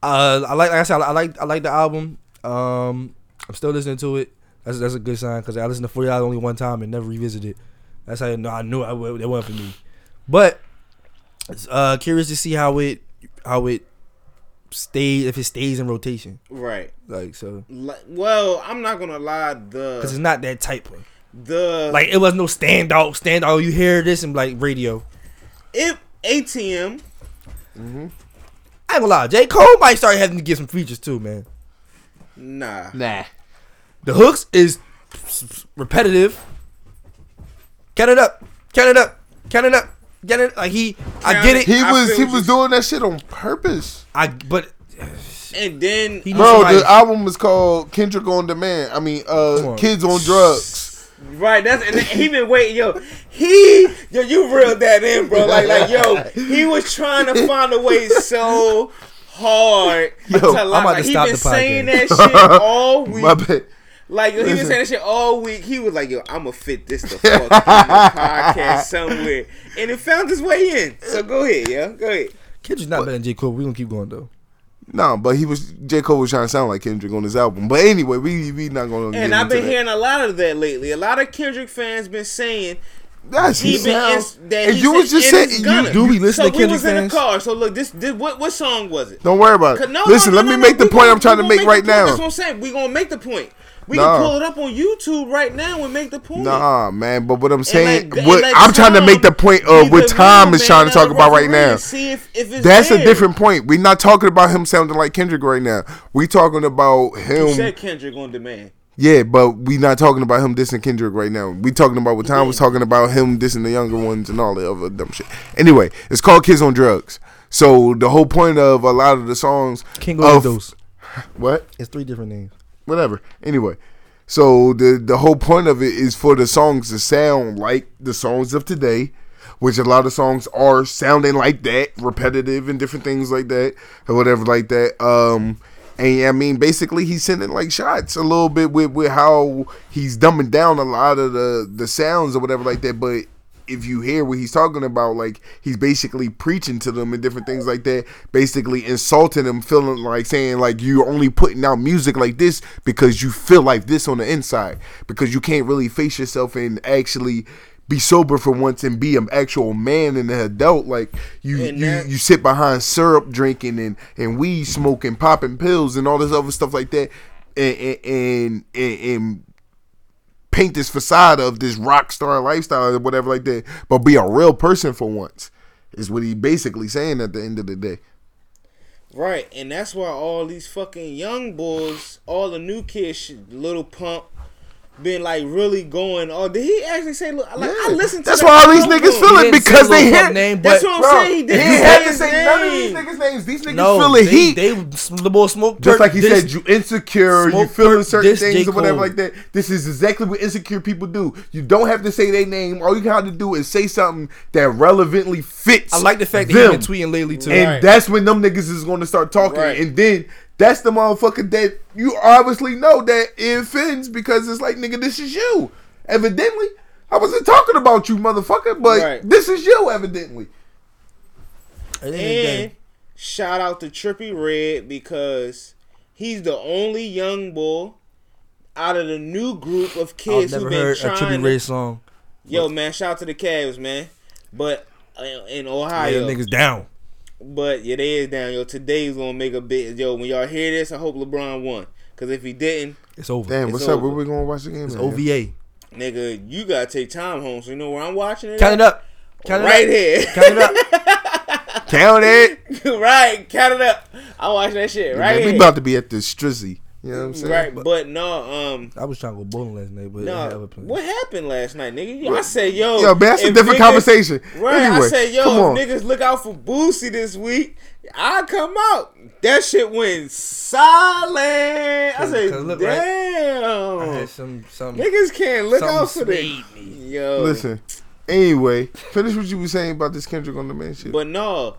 H: uh, I like. Like I said, I like. I like the album. Um, I'm still listening to it. That's that's a good sign because I listened to Forty Hours only one time and never revisited. it. That's how I know I knew I, wa- it wasn't for me. But uh, curious to see how it how it stays if it stays in rotation.
F: Right.
H: Like so,
F: Li- Well, I'm not gonna lie.
H: because
F: The
H: it's not that type one.
F: the
H: Like it was no standout. Standout. You hear this and like radio.
F: if ATM
H: I ain't gonna lie, J. Cole might start having to get some features too, man.
F: Nah.
I: Nah.
H: The hooks is s- s- repetitive. Count it up, count it up, count it up, count it. Like he, I
F: Count
H: get
F: it.
H: it.
I: He
F: I
I: was
F: feel
I: he
F: what
I: was
F: you-
I: doing that shit on purpose.
H: I but
F: And then
H: He-
I: Bro,
H: Somebody-
I: Oh, the album is called Kendrick on Demand. I mean, uh,
H: on.
I: Kids on Drugs.
F: right, that's and he been waiting, yo. He yo, you reeled that in, bro. Like like yo, he was trying
I: [laughs]
F: to find a way so hard
H: Yo,
F: to
H: I'm
F: lie.
H: about
F: Like,
H: to
F: he
H: stop
F: been
H: the podcast.
F: saying
H: [laughs]
F: that shit all week.
I: My bad.
F: Like he was saying that shit all week. He was like, "Yo, I'm gonna fit this the fuck in the
I: [laughs]
F: podcast somewhere," and it found its way in. So go ahead, yo, go ahead.
H: Kendrick's not better than J. Cole. We gonna keep going though.
I: No, but he was J Cole was trying to sound like Kendrick on his album. But anyway, we we not gonna. get
F: And I've
I: into
F: been
I: that.
F: hearing a lot of that lately. A lot of Kendrick fans been saying
I: That's
F: he
I: his
F: been
I: sound.
F: ins- that
I: and
F: he
I: you was
F: said
I: just
F: in his
I: saying
F: Gunna.
I: you
H: do we listen
F: so
H: to
F: we
H: Kendrick
F: was in
H: fans?
F: the car. So look, this, this what what song was it?
I: Don't worry about it.
F: No,
I: Listen,
F: no,
I: let
F: no,
I: me
F: no,
I: make the
F: we
I: point
F: gonna-
I: I'm trying
F: we
I: to
F: gonna
I: make
F: the
I: right
F: point. That's what
I: now.
F: I'm saying. We gonna make the point. We
I: Nah.
F: can pull it up on YouTube right now and make the point.
I: Nah, man. But what I'm
F: And let-
I: saying,
F: and
I: what
F: let
I: I'm trying to make the point of
F: be
I: what
F: the
I: Tom is
F: middleman
I: trying to
F: and
I: talk about right
F: referee
I: now.
F: and See if, if it's
I: That's a
F: there.
I: different point. We're not talking about him sounding like Kendrick right now. We talking about
F: You
I: him.
F: said Kendrick on demand.
I: Yeah, but we not talking about him dissing Kendrick right now. We talking about what Tom was talking about him dissing the younger ones and all that other dumb shit. Anyway, it's called Kids on Drugs. So the whole point of a lot of the songs
H: King
I: of
J: Oh,
H: of
J: [laughs]
H: those.
I: what
H: It's three different names.
I: whatever. Anyway, so the the whole point of it is for the songs to sound like the songs of today, which a lot of songs are sounding like that, repetitive and different things like that, or whatever like that. Um, and I mean, basically, he's sending like shots a little bit with with how he's dumbing down a lot of the the sounds or whatever like that, but
J: if you hear what he's talking about, like he's basically preaching to them and different things like that, basically insulting them, feeling like saying like you're only putting out music like this because you feel like this on the inside because you can't really face yourself and actually be sober for once and be an actual man and an adult. Like you,
F: And
J: you,
F: that-
J: you sit behind syrup drinking and and weed smoking, popping pills and all this other stuff like that, and and and, and, and paint this facade of this rock star lifestyle or whatever like that, but be a real person for once. Is what he basically saying at the end of the day.
F: Right, and that's why all these fucking young boys, all the new kids, shit, little pump, been like really going. Oh, did he actually say? Look, like, I listened to
J: That's
F: that
J: why all these
F: Lil
J: niggas
F: Pump.
J: feel it because they
I: Lil
J: hear.
I: Pump name,
F: That's
I: but-
F: what I'm
I: Bro,
F: saying. He
J: he
F: didn't say
J: had to
F: his
J: say none of
F: name.
J: these niggas' names. These niggas
I: No,
J: feel the
I: they,
J: heat.
I: They the more smoke.
J: Just
I: perk,
J: like he
I: this-
J: said, you insecure, you
I: Smoke
J: feeling
I: perk,
J: certain
I: this
J: things
I: J.
J: or whatever
I: Cole.
J: like that. This is exactly what insecure people do. You don't have to say their name. All you have to do is say something that relevantly fits.
I: I like the fact that
J: them.
I: he been tweeting lately too.
J: And that's when them niggas is going to start talking.
I: Right.
J: And then that's the motherfucker that you obviously know that it offends because it's like, nigga, this is you. Evidently, I wasn't talking about you, motherfucker, but
F: Right.
J: this is you, evidently.
F: And shout out to Trippy Red because he's the only young boy out of the new group of
I: I've
F: kids who've
I: never
F: been
I: heard a
F: trying.
I: Trippie
F: to-
I: Ray song.
F: Yo, man, shout out to the Cavs, man. But uh, in
I: Yeah,
F: Ohio,
I: niggas down.
F: But yeah, they is down. Yo, today's gonna make a bit. Yo, when y'all hear this, I hope LeBron won. Cause if he didn't,
I: It's over.
J: Damn,
F: It's
J: what's up?
F: over.
J: Where we going to watch the game?
I: It's
J: at, yo?
I: OVA.
F: nigga, you gotta take time home. So you know where I'm watching it.
I: Count it
F: at?
I: up. Count it
F: right
I: up.
F: here. [laughs]
I: Count it up.
J: Count it.
F: right, count it up. I watch that shit right
J: Man,
F: here.
J: we about to be at the Strizzy. You know what I'm saying?
F: right, but, no, um,
I: I was trying to go bowling last night, but I
F: no.
I: have a
F: What happened last night, nigga? Yo, I said, yo,
J: Yo, man, that's a
F: if
J: different
F: niggas-
J: conversation.
F: Right, I
J: Anyway,
F: said, yo,
J: come on.
F: if niggas look out for Boosie this week. I come out. That shit went silent. I
I: Cause-
F: said,
I: cause look, right?
F: damn.
I: I had some some.
F: Niggas can't look
I: Something
F: out for that.
I: swayed
F: Yo,
J: Listen. Anyway, finish what you were saying about this Kendrick on the man shit.
F: but no,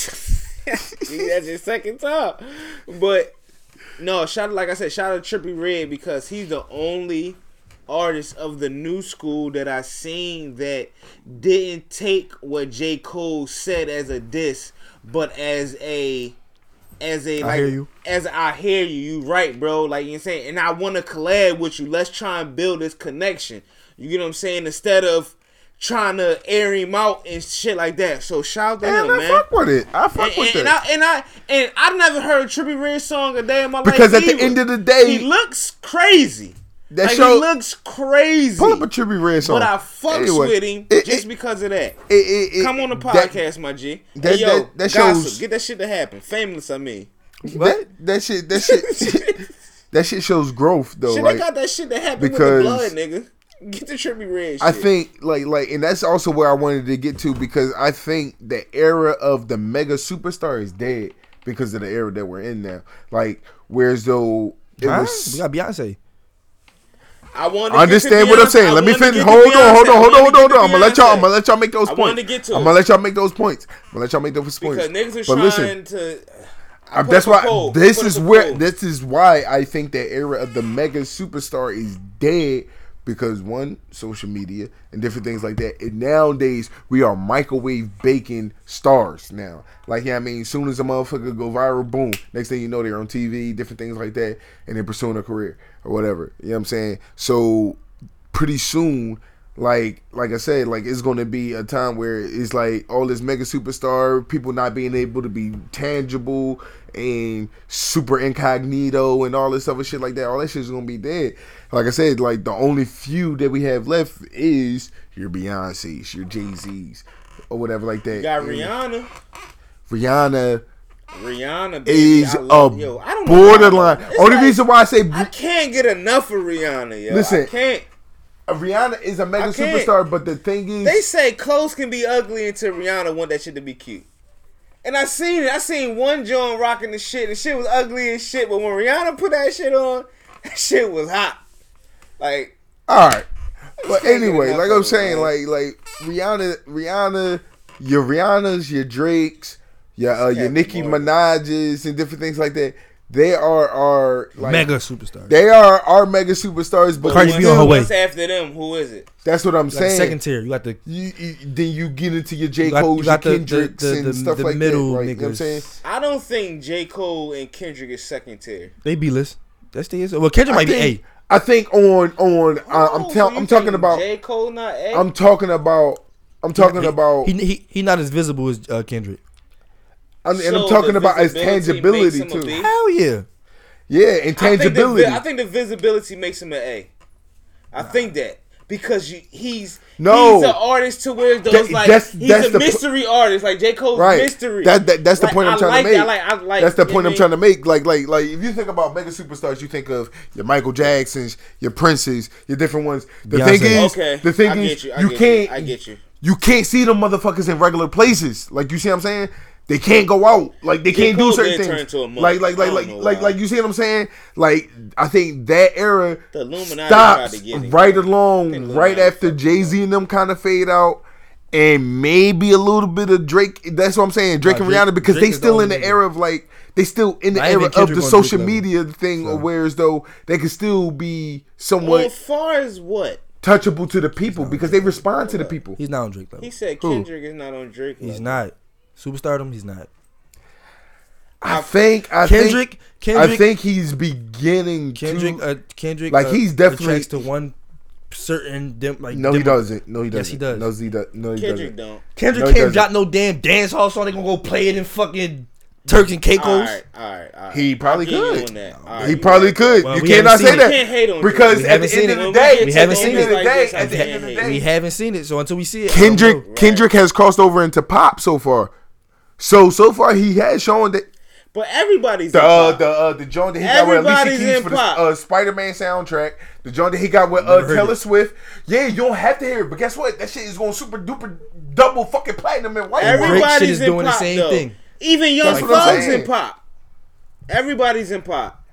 F: [laughs] See, that's your second time. But no, shout like I said, shout out to Trippy Red because he's the only artist of the new school that I seen that didn't take what J Cole said as a diss, but as a as a
I: I
F: like
I: hear you.
F: as I hear you, you right, bro. Like you saying, and I want to collab with you. Let's try and build this connection. You get what I'm saying? Instead of trying to air him out and shit like that. So shout out to
J: And
F: him,
J: I
F: man.
J: fuck with it. I fuck
F: and,
J: with
F: and, and
J: that.
F: I and I and I never heard Trippy Red song a day in my life.
J: Because at the
F: either.
J: end of the
F: he
J: day-
F: looks crazy.
J: That
F: like,
J: show-
F: he looks crazy.
J: Pull up a Trippy Red song.
F: But I fucks
J: Anyway,
F: with him
J: it-
F: just
J: it-
F: because of that.
J: it- it- it-
F: Come on the
J: that-
F: podcast, my G.
J: that-
F: Hey, yo,
J: that- that
F: gossip,
J: shows-
F: get that shit to happen. Famous, I mean.
J: That, that [laughs] shit, that
F: [laughs]
J: shit, that shit shows growth though.
F: Shit,
J: like,
F: they got that shit that happened with the
J: because-
F: blood, nigga. Get the trippy red. Shit.
J: I think like like and that's also where I wanted to get to because I think the era of the mega superstar is dead because of the era that we're in now. Like whereas though it
I: Huh?
J: was
I: We got Beyonce.
F: I want.
J: I understand what I'm saying. Let me finish. Hold on, hold on, hold on, hold on, hold on. I'm gonna let y'all. I'm gonna let y'all make those
F: I wanted
J: points.
F: to get to
J: I'm
F: it.
J: gonna let y'all make those points. I'm gonna let y'all make those
F: Because
J: points.
F: niggas is
J: but
F: trying
J: listen,
F: to. uh,
J: I-
F: I put
J: that's
F: up a
J: why.
F: poll. I
J: This
F: put
J: is
F: up a
J: where.
F: poll.
J: This is why I think the era of the mega superstar is dead because one, social media and different things like that. And nowadays we are microwave baking stars now. Like yeah, I mean, soon as a motherfucker go viral, boom. Next thing you know, they're on TV, different things like that, and they're pursuing a career or whatever. You know what I'm saying? So pretty soon like like i said like it's going to be a time where it's like all this mega superstar people not being able to be tangible and super incognito and all this other shit like that all that shit's going to be dead like i said like the only few that we have left is your beyonce's your jay-z's or whatever like that
F: You got
J: And
F: Rihanna.
J: rihanna
F: Rihanna baby,
J: is
F: I
J: a
F: love, yo, I don't know why I
J: borderline
F: love her. It's
J: only
F: like,
J: reason why i say
F: I can't get enough of Rihanna. Yo, listen, I
J: Listen.
F: can't.
J: rihanna is a mega
F: I can't.
J: superstar but the thing is
F: They say clothes can be ugly until Rihanna want that shit to be cute. And I seen it. I seen one John rocking the shit. The shit was ugly as shit. But when Rihanna put that shit on, [laughs] that shit was hot. Like
J: All right.
F: can't
J: But
F: get
J: anyway,
F: enough
J: like
F: of
J: I'm
F: it,
J: saying,
F: man.
J: like like Rihanna, Rihanna, your Rihannas, your Drakes, your uh, your
F: Captain
J: Nicki
F: Morgan.
J: Minaj's, and different things like that.
I: They are our like,
H: Mega superstars.
I: They are our mega superstars. But
H: Cardi
I: when
H: B on her
I: you-
H: way.
F: What's after them? Who is it?
I: That's what I'm
H: Like
I: saying.
H: second tier. You got the
I: you, you- then you get into your J
H: You got- you
I: Cole's, your
H: got the- the-
I: Kendricks,
H: the-
I: and
H: the-
I: stuff
H: the
I: like
H: middle
I: that. Right? You know what I'm
H: niggas.
I: saying?
F: I don't think J. Cole and Kendrick is second tier.
H: they B list. That's the well Kendrick
I: I
H: might be
I: think-
H: A.
I: I think on on uh,
F: Oh,
I: I'm
F: so
I: tell,
F: you
I: I'm talking
F: think
I: about
F: J. Cole, not A.
I: I'm talking about I'm talking
H: He-
I: about
H: he, he he not as visible as uh, Kendrick.
I: I'm, and
F: So
I: I'm talking
F: the
I: about his
F: visibility makes
I: tangibility
F: him a B?
I: too.
H: Hell yeah.
I: Yeah, and
F: I think, the, vi-
I: tangibility.
F: I think the visibility makes him an A. I think that because you, he's
I: No.
F: he's an artist to where those
I: That-
F: like
I: that's-
F: he's
I: that's
F: a
I: the pu-
F: mystery artist like J Cole's
I: Right.
F: mystery.
I: That, that that's the
F: Like,
I: point I'm
F: I
I: trying
F: like
I: to make.
F: that. Like, I like-
I: that's the
F: you know
I: point
F: what
I: I'm
F: I
I: trying
F: mean?
I: to make. Like like like if you think about mega superstars, you think of your Michael Jacksons, your Princes, your different ones. The
H: Beyonce.
I: thing is,
F: Okay,
I: the thing
F: I
I: is,
F: get you, I get you,
I: can't.
F: I get you.
I: You can't see them motherfuckers in regular places. Like you see what I'm saying? They can't go out. Like they
F: J.
I: can't do
F: Cole
I: certain
F: did turn
I: things.
F: into a monk.
I: Like like
F: I
I: like
F: don't
I: like
F: know
I: like
F: why.
I: like you see what I'm saying? Like I think that era
F: The Illuminati tried to
I: stops
F: get it.
I: right
F: The
I: along right
F: Illuminati
I: after
F: fucked it
I: Jay Z and them kind of fade out. And maybe a little bit of Drake. That's what I'm saying. Drake
H: Nah,
I: and
H: Drake-
I: Rihanna because
H: Drake
I: they
H: is the
I: still in
H: only
I: the
H: nigga.
I: era of like they still in the
H: Not even
I: era of
H: Kendrick
I: the
H: on
I: social
H: Drake
I: media thing,
H: So.
I: whereas though they can still be
F: Well,
I: somewhat
F: as far as what
I: touchable to the people because they respond to the people.
H: He's not on Drake level.
F: he said,
I: Who?
F: Kendrick is not on Drake.
H: He's
F: level.
H: not. Superstardom, he's not.
I: I think I
H: Kendrick
I: think,
H: Kendrick
I: I think he's beginning
H: Kendrick,
I: to.
H: uh, Kendrick,
I: Like,
H: uh,
I: he's definitely-
H: attracts to one certain dim, like
I: no, he
H: demo-
I: doesn't. No, he doesn't.
H: Yes, he does.
I: No, he does. No, he
F: Kendrick
I: doesn't.
F: don't.
H: Kendrick
I: No, he
H: can't drop
I: doesn't.
H: no damn dance hall song. They gonna go play it in fucking Turks and
F: All
H: Caicos.
F: right, all right, all right.
I: He probably
F: I get you
I: could.
F: on that. All right,
I: He
F: you
I: probably
F: right.
I: could.
H: Well,
I: you
H: we
I: cannot
H: haven't
I: say
H: seen it.
I: that
F: You can't hate on Drake.
I: because at
H: We
I: the end
H: haven't
I: of the
F: seen it.
I: day,
H: We
I: at
H: haven't
I: the
H: seen
I: end of
H: it.
I: the day,
F: Like
I: at
F: this,
I: the end
F: I
I: of the
F: can't
I: day,
H: We haven't seen it, so until we see it, I don't
I: Kendrick
H: know.
I: Kendrick has crossed over into pop so far. So so far he has shown that
F: But everybody's
I: the
F: in
I: uh,
F: pop.
I: the uh, the joint that he got with Alicia
F: Everybody's
I: Keys
F: in
I: for the
F: pop.
I: uh, Spider Man soundtrack, the joint that he got with uh,
H: Never heard
I: Taylor
H: it.
I: Swift. Yeah, you don't have to hear it, but guess what? That shit is going super duper double fucking platinum and white.
H: Drake shit
F: everybody's
H: is
F: in
H: doing the
F: pop,
H: same
F: though.
H: thing.
F: Even
I: That's
F: Young
I: what I'm
F: Thug's in
I: saying.
F: pop. Everybody's in pop.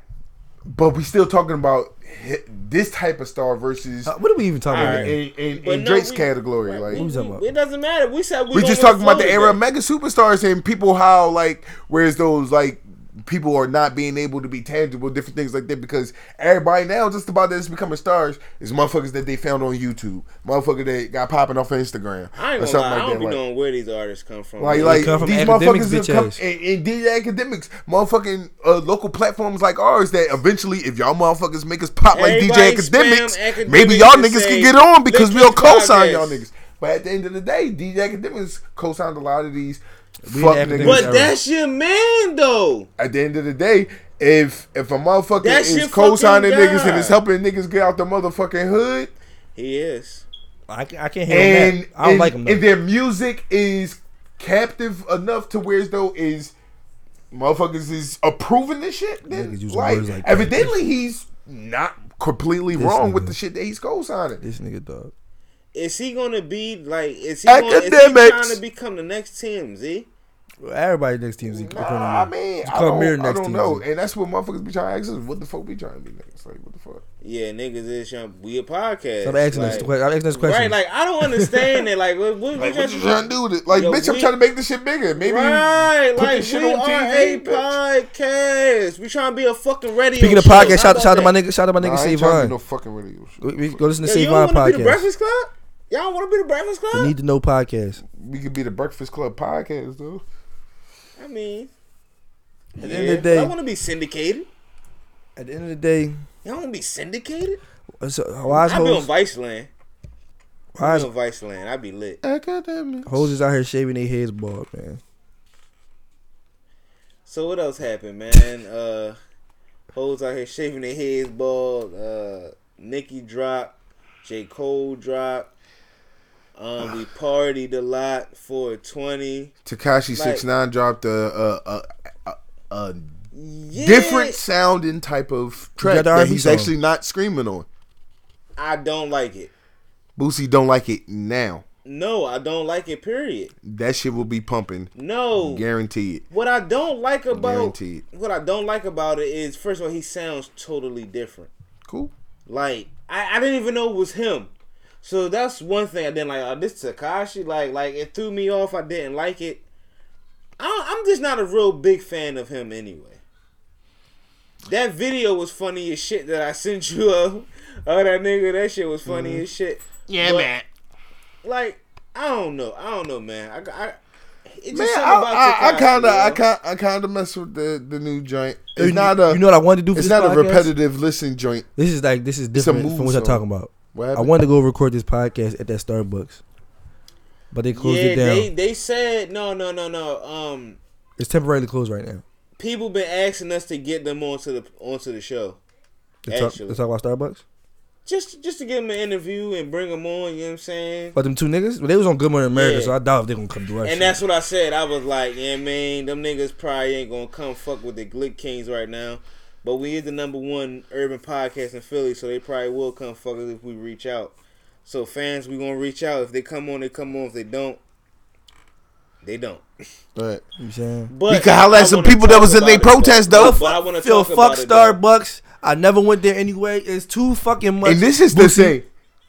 I: But we still talking about hi- this type of star versus
H: Uh, what are we even talking about?
F: Alright.
I: in, in,
F: But
I: in
F: no,
I: Drake's
F: we-
I: category.
F: right,
I: Like
F: we-
H: Who's
F: we-
H: that about?
F: it doesn't matter. We said we
I: we
F: gonna
I: just
F: go
I: talking about the
F: forward
I: era of
F: then.
I: mega superstars and people how like whereas those like people are not being able to be tangible different things like that because everybody now just about that's becoming stars is motherfuckers that they found on YouTube motherfucker that got popping off of Instagram
F: I ain't gonna lie.
I: or something
F: I don't
I: like
F: be
I: that like
F: knowing where these artists come from.
I: like,
F: man.
I: like
H: come from
I: these
H: academics,
I: motherfuckers have
H: bitch
I: come
H: ass.
I: and, and these academics, motherfucking uh, local platforms like ours. That eventually, if y'all motherfuckers make us pop like DJ
F: Everybody spam
I: academics,
F: academics
I: maybe y'all
F: and
I: niggas
F: say,
I: can get on because
F: "Lick
I: we'll
F: these
I: co-sign y'all
F: podcasts."
I: niggas. But at the end of the day, DJ academics co-signed a lot of these
H: We
I: fuck
H: the
I: niggas.
H: academics
F: but
H: era.
F: that's your man though.
I: at the end of the day. If if a motherfucker
F: That's your
I: is
F: fucking
I: co-signing niggas
F: guy.
I: and is helping niggas get out the motherfucking hood,
F: He is.
H: I, ca- I can't handle
I: and
H: that. I don't
I: and,
H: like him.
I: and
H: Though.
I: their music is captive enough to where as though is motherfuckers is approving this shit. Then
H: Niggas using
I: like,
H: words like that.
I: evidently he's not completely
H: This
I: wrong with
H: nigga.
I: the shit that he's co-signing.
H: This nigga dog.
F: Is he gonna be like? Is he, gonna, is he
I: Academics.
F: trying to become the next Tim Z?
H: Everybody next team Z.
I: Nah, I mean, I
H: called mirror
I: don't, I
H: next
I: don't
H: team,
I: know,
H: Z.
I: and that's what motherfuckers be trying to ask us. What the fuck we trying to be next? Like, what the fuck?
F: Yeah, niggas is young. We a podcast.
H: I'm asking this
F: like-
H: question. I'm asking this question.
F: Right, like I don't understand it. Like, what,
I: [laughs]
F: what,
I: Like,
F: what
I: what you trying to do with it? Like,
F: Yo,
I: bitch, I'm
F: we-
I: trying to make this shit bigger. Maybe
F: Right,
I: put
F: like
I: this shit
F: we
I: on
F: are
I: TV,
F: a
I: bitch.
F: podcast. We trying to be a fucking radio.
H: Speaking of
F: show.
H: podcast, shout,
F: How
H: shout out to
F: about
H: my
F: that?
H: nigga, shout out to my
I: Nah,
H: nigga
I: I ain't trying to do no
H: Savon.
I: fucking radio shit.
H: We, we go listen to
F: Yo, you
H: Savon
F: don't want to be the
H: podcast.
F: Breakfast Club? Y'all want to be the Breakfast Club?
H: The Need to Know podcast.
I: we could be the Breakfast Club podcast though.
F: I mean,
H: At the
F: yeah,
H: end of the
F: but I
H: day,
F: want to be syndicated.
H: at the end of the day,
F: Y'all want to be syndicated?
H: it's a- wise
F: I be on
H: hoes,
F: Viceland. I
H: wise
F: be on Viceland. I be lit.
I: Academics.
H: hoes is out here shaving their heads bald, man.
F: So what else happened, man? Uh, hoes out here shaving their heads bald. Uh, Nicki dropped. J Cole dropped. Um,
I: [sighs]
F: we partied a lot. 420.
I: Takashi
F: Like-
I: Six Nine dropped a a, a, a, a
F: Yeah,
I: different sounding type of track
H: got the
I: that
H: R&B
I: he's
H: song.
I: actually not screaming on.
F: I don't like it.
I: Boosie don't like it now.
F: No, I don't like it. Period.
I: That shit will be pumping,
F: No.
I: guaranteed.
F: What I don't like about
I: Guaranteed.
F: what I don't like about it is first of all he sounds totally different.
I: Cool.
F: Like I, I didn't even know it was him. So that's one thing I didn't like. Oh, this Takashi, like like it threw me off. I didn't like it. I, I'm just not a real big fan of him anyway. That video was funny as shit that I [laughs] sent you of. Oh, that nigga, that shit was funny as shit.
H: Mm-hmm. Yeah,
F: But,
H: man.
F: Like, I don't know. I don't know, man. I, I, it's just
I: Man,
F: something about
I: I, I, I
F: Tekashi,
I: kind of, I
F: yo.
I: kind, I kind of mess with the the new joint.
H: You-
I: It's not a.
H: you know what I wanted to do for
I: it's
H: this
I: not
H: podcast?
I: a repetitive listen joint.
H: This is like this is
I: It's a
H: different
I: mood
H: from what y'all
I: song.
H: talking about.
I: What
H: I
I: happened?
H: wanted to go record this podcast at that Starbucks, but they closed
F: yeah,
H: it down.
F: They, they said no, no, no, no. Um,
H: it's temporarily closed right now.
F: people been asking us to get them onto the onto the show.
H: Let's talk,
F: Actually.
H: let's talk about Starbucks.
F: Just just to give them an interview and bring them on. You know what I'm saying?
H: But them two niggas, well, they was on Good Morning America,
F: Yeah.
H: so I doubt if they gonna come to us.
F: And that's what I said. I was like, yeah, man, them niggas probably ain't gonna come fuck with the Glick Kings right now. But we is the number one urban podcast in Philly, so they probably will come fuck us if we reach out. So fans, we gonna reach out. If they come on, they come on. If they don't, they don't.
I: Right.
H: You saying?
F: But
H: But
F: You can holla at I some wanna people that talk was in they about it, protest, though. though. But I wanna
H: Feel
F: talk
H: fuck
F: about it, though.
H: Starbucks. I never went there anyway. It's too fucking much.
I: And this is the
H: Boosie.
I: thing.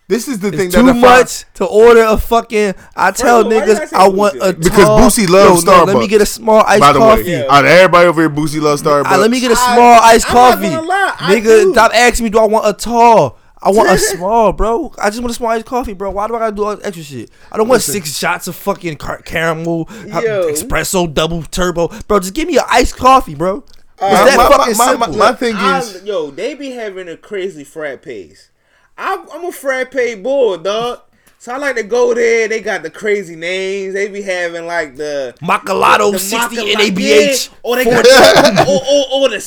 I: This is the
H: It's
I: thing
H: too
I: that I find-
H: much to order a fucking. I tell
I: of all, why did I
H: niggas
I: say
H: I want a
I: because
H: tall-
I: Boosie loves
H: Yo,
I: Starbucks.
H: no, Let me get a small iced
I: By the
H: coffee.
I: way, out of everybody over here, Boosie loves Starbucks.
H: I, let me get a small iced
I: I'm not
H: coffee.
I: gonna lie, I
H: Nigga,
I: do.
H: stop asking me, do I want a tall? I want
I: [laughs]
H: a small, bro. I just want a small iced coffee, bro. Why do I gotta do all this extra shit? I don't want
I: Listen.
H: six shots of fucking car- caramel, ha-
I: Yo.
H: espresso, double turbo. Bro, just give me an iced coffee, bro. It's
I: Uh,
H: that fucking simple.
F: I- yo, they be having a crazy frat pays. I'm, I'm a frat pay boy, dog. So I like to go there. They got the crazy names. They be having like the
H: Macalado
F: the
H: 60
F: Macala-
H: NABH.
F: Yeah, or they got or, or, or the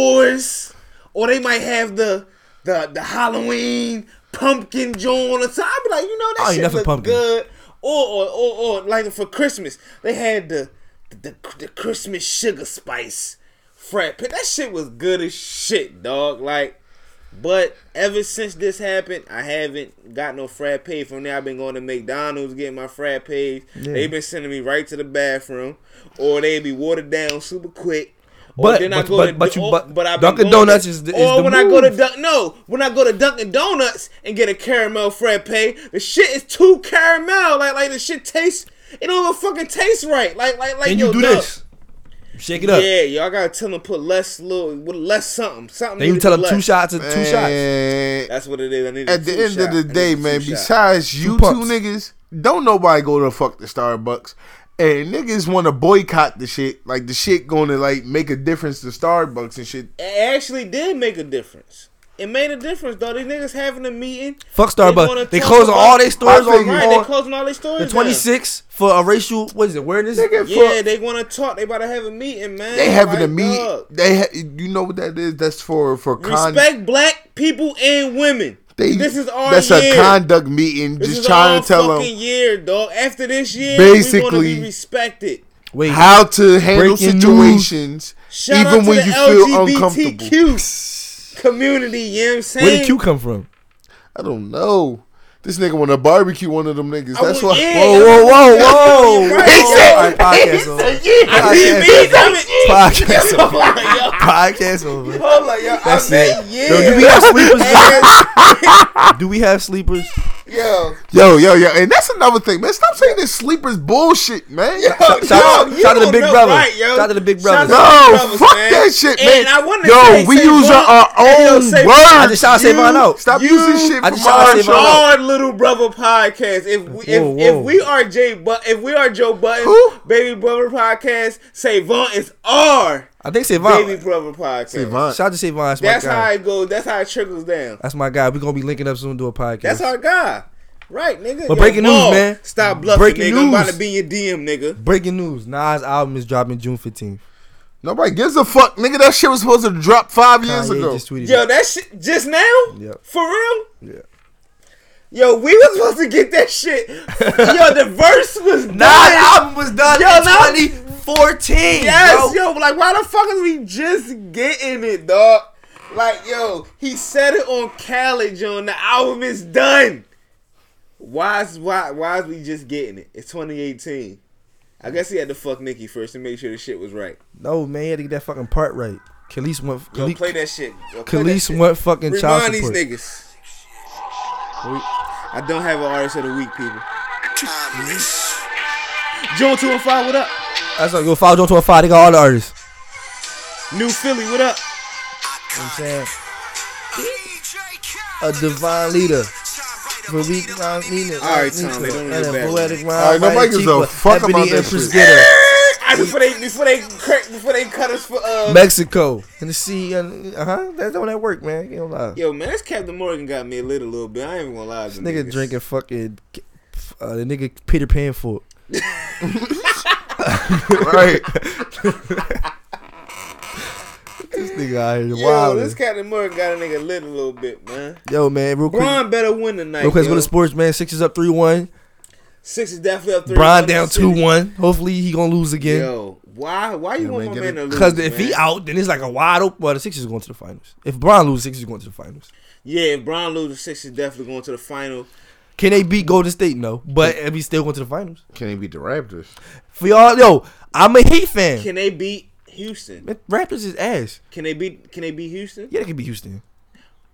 F: s'mores, or they might have the the the Halloween pumpkin joint. So I be like, you know,
H: I
F: that
H: ain't
F: shit
H: nothing
F: look
H: pumpkin.
F: good. Or or, or or like for Christmas, they had the the, the, the Christmas sugar spice frat pit. That shit was good as shit, dog. Like, but ever since this happened, I haven't got no frat pay from there. I've been going to McDonald's getting my frat pays.
H: Yeah.
F: They've been sending me right to the bathroom, or they be watered down super quick. Or
H: But-
F: then I
H: but-
F: go
H: but-
F: to,
H: but you-
F: or-
H: but
F: I've been
H: Dunkin'
F: going
H: Donuts
F: to-
H: is the- is
F: or
H: the
F: when I go to
H: move.
F: Dun- no when I go to Dunkin' Donuts and get a caramel frappe, the shit is too caramel. Like like the shit tastes. It don't even fucking taste right. Like like like
H: Then
F: yo,
H: you do
F: dog.
H: this. Shake it up.
F: Yeah, y'all gotta tell them to put less little, with less something, something.
H: Then you
F: needed
H: tell them
F: less.
H: two shots and two shots.
F: That's what it is. I need
I: At the end of the day, man, besides you two
H: pumps.
I: niggas, don't nobody go to fuck the Starbucks. And niggas want to boycott the shit. Like the shit going to like make a difference to Starbucks and shit.
F: it actually did make a difference. It made a difference though. These niggas having a meeting.
H: Fuck
F: wanna
H: Starbucks. They
F: talk
H: closing
F: about-
H: all their stores
F: Right,
H: on,
F: They
H: on
F: closing all their stores.
H: the
F: down.
H: 26th for a racial, what is it, awareness?
F: Yeah, they want to talk. They about to have a meeting, man.
I: They having a
F: Like,
I: meet.
F: dog,
I: They ha- you know what that is? That's for for con-
F: Respect black people and women.
I: They,
F: this is our
I: that's
F: year.
I: a conduct meeting.
F: This
I: just
F: is
I: trying
F: our
I: to tell
F: fucking
I: them
F: year, dog. After this year, we want to
I: Basically-
F: be respected.
H: Wait,
I: how to handle
H: Breaking news.
I: situations,
F: Shout out
I: even
F: to
I: when
F: the
I: you feel uncomfortable.
F: LGBTQ community. You know what I'm saying?
H: Where did Q come from?
I: I don't know. This nigga want to barbecue one of them niggas. That's why.
F: yeah,
H: Whoa, whoa, whoa, whoa.
F: Right. He said- [laughs]
H: All right, podcast over. Podcast [laughs] over. Podcast over.
F: I'm like, yo,
H: That's
F: I
H: it.
F: mean, yeah.
H: Yo, do we [laughs] have sleepers?
I: [laughs]
H: bro? do we have sleepers?
F: Yo,
I: Yo, yo, yo, and that's another thing, man. Stop saying this sleepers bullshit, man. Yo,
H: Shout, shout,
F: yo,
H: shout
F: you
H: out to the
F: don't
H: big
F: know
H: brother.
F: right, yo.
H: Shout out to the big
F: Shout out
H: brother.
F: to the big
I: no,
F: brothers,
I: fuck
F: man.
I: that shit,
F: And
I: man.
F: I wanna
I: yo,
F: say-
I: we
F: say
I: using
F: Vaughn-
I: our
F: Hey, yo,
I: own
F: say-
I: words.
H: I just shout out
I: you.
H: Savon out.
I: Stop using shit
H: I
I: from
H: just shout out
I: our
H: Savon
I: show.
H: out.
F: Our little brother podcast. If we if,
H: Whoa, whoa.
F: if we are Jay, but if we are Joe Button,
I: Who?
F: baby brother podcast, Savant is our
H: I think Savon.
F: baby brother podcast.
I: Savon.
H: Shout out to Savon. That's my
F: That's
H: guy.
F: how it goes. That's how it trickles down.
H: That's my guy. We're going to be linking up soon to a podcast.
F: That's our guy. Right, nigga.
H: But breaking news,
F: Maul,
H: man.
F: Stop bluffing,
H: Breaking
F: nigga. I'm about
H: news.
F: to be in your DM, nigga.
H: Breaking news. Nas' album is dropping June 15th.
I: Nobody gives a fuck, nigga. That shit was supposed to drop five years
H: Kanye
I: ago.
H: just tweeted
F: Yo,
H: it.
F: that shit just now?
H: Yep.
F: For real?
H: Yeah.
F: Yo, we was supposed to get that
H: [laughs]
F: shit. Yo, the verse was done.
H: Nas' album was done
F: Yo,
H: in
F: Nas-
H: 2014.
F: Yes,
H: bro.
F: yo, like why the fuck is we just getting it, dog? Like, yo, he said it on Khaled, yo, and the album is done. Why is why why is we just getting it? It's 2018. I guess he had to fuck Nicki first to make sure the shit was right.
H: No, man, you had to get that fucking part right. Khalees went.
F: Yo,
H: Khalees,
F: play that shit. Yo, play that
H: Khalees
F: shit.
H: went fucking child
F: Remind
H: support.
F: these niggas. I don't have an artist of the week, people. June 2 and 5, what up?
H: That's like yo, follow John Twenty Five. They got all the artists.
F: New Philly, what up?
H: You know what I'm saying? A divine leader. For we not mean it.
F: All right, Tom, they don't need
H: And
F: a
H: a
F: bad
H: poetic
F: one.
H: mind.
F: All right,
H: mighty
F: nobody gives a
H: keeper,
F: fuck
H: ebony
F: about that
H: empress
F: shit.
H: getter.
F: I, before they before they crack, before they cut us for uh
H: Mexico. And the sea. Uh huh. That's the one that worked, man. You don't lie.
F: Yo, man, this Captain Morgan got me a little, little bit. I ain't even gonna lie to
H: This
F: you.
H: nigga drinking fucking uh, the nigga Peter Pan for. right. [laughs] this nigga out here
F: Yo,
H: wild.
F: this Captain Morgan got a nigga lit a little bit, man.
H: Yo, man, real quick.
F: Bron better win tonight.
H: Real quick, let's
F: yo.
H: go to sports, man. Six is up three one.
F: Six is definitely up three.
H: Brian
F: one to
H: down
F: City.
H: two one. Hopefully he gonna lose again.
F: Yo, why? Why you want my man to lose?
H: Because if he
F: man?
H: out, then it's like a wide open. Well, the Sixers going to the finals. If Brian loses, Sixers going to the finals.
F: yeah, if Bron loses six, is definitely going to the final.
H: Can they beat Golden State? No, but if we still going to the finals.
J: Can they beat the Raptors?
H: For y'all, yo, I'm a Heat fan.
F: Can they beat Houston?
H: Raptors is ass.
F: Can they beat? Can they beat Houston?
H: Yeah, they can beat Houston.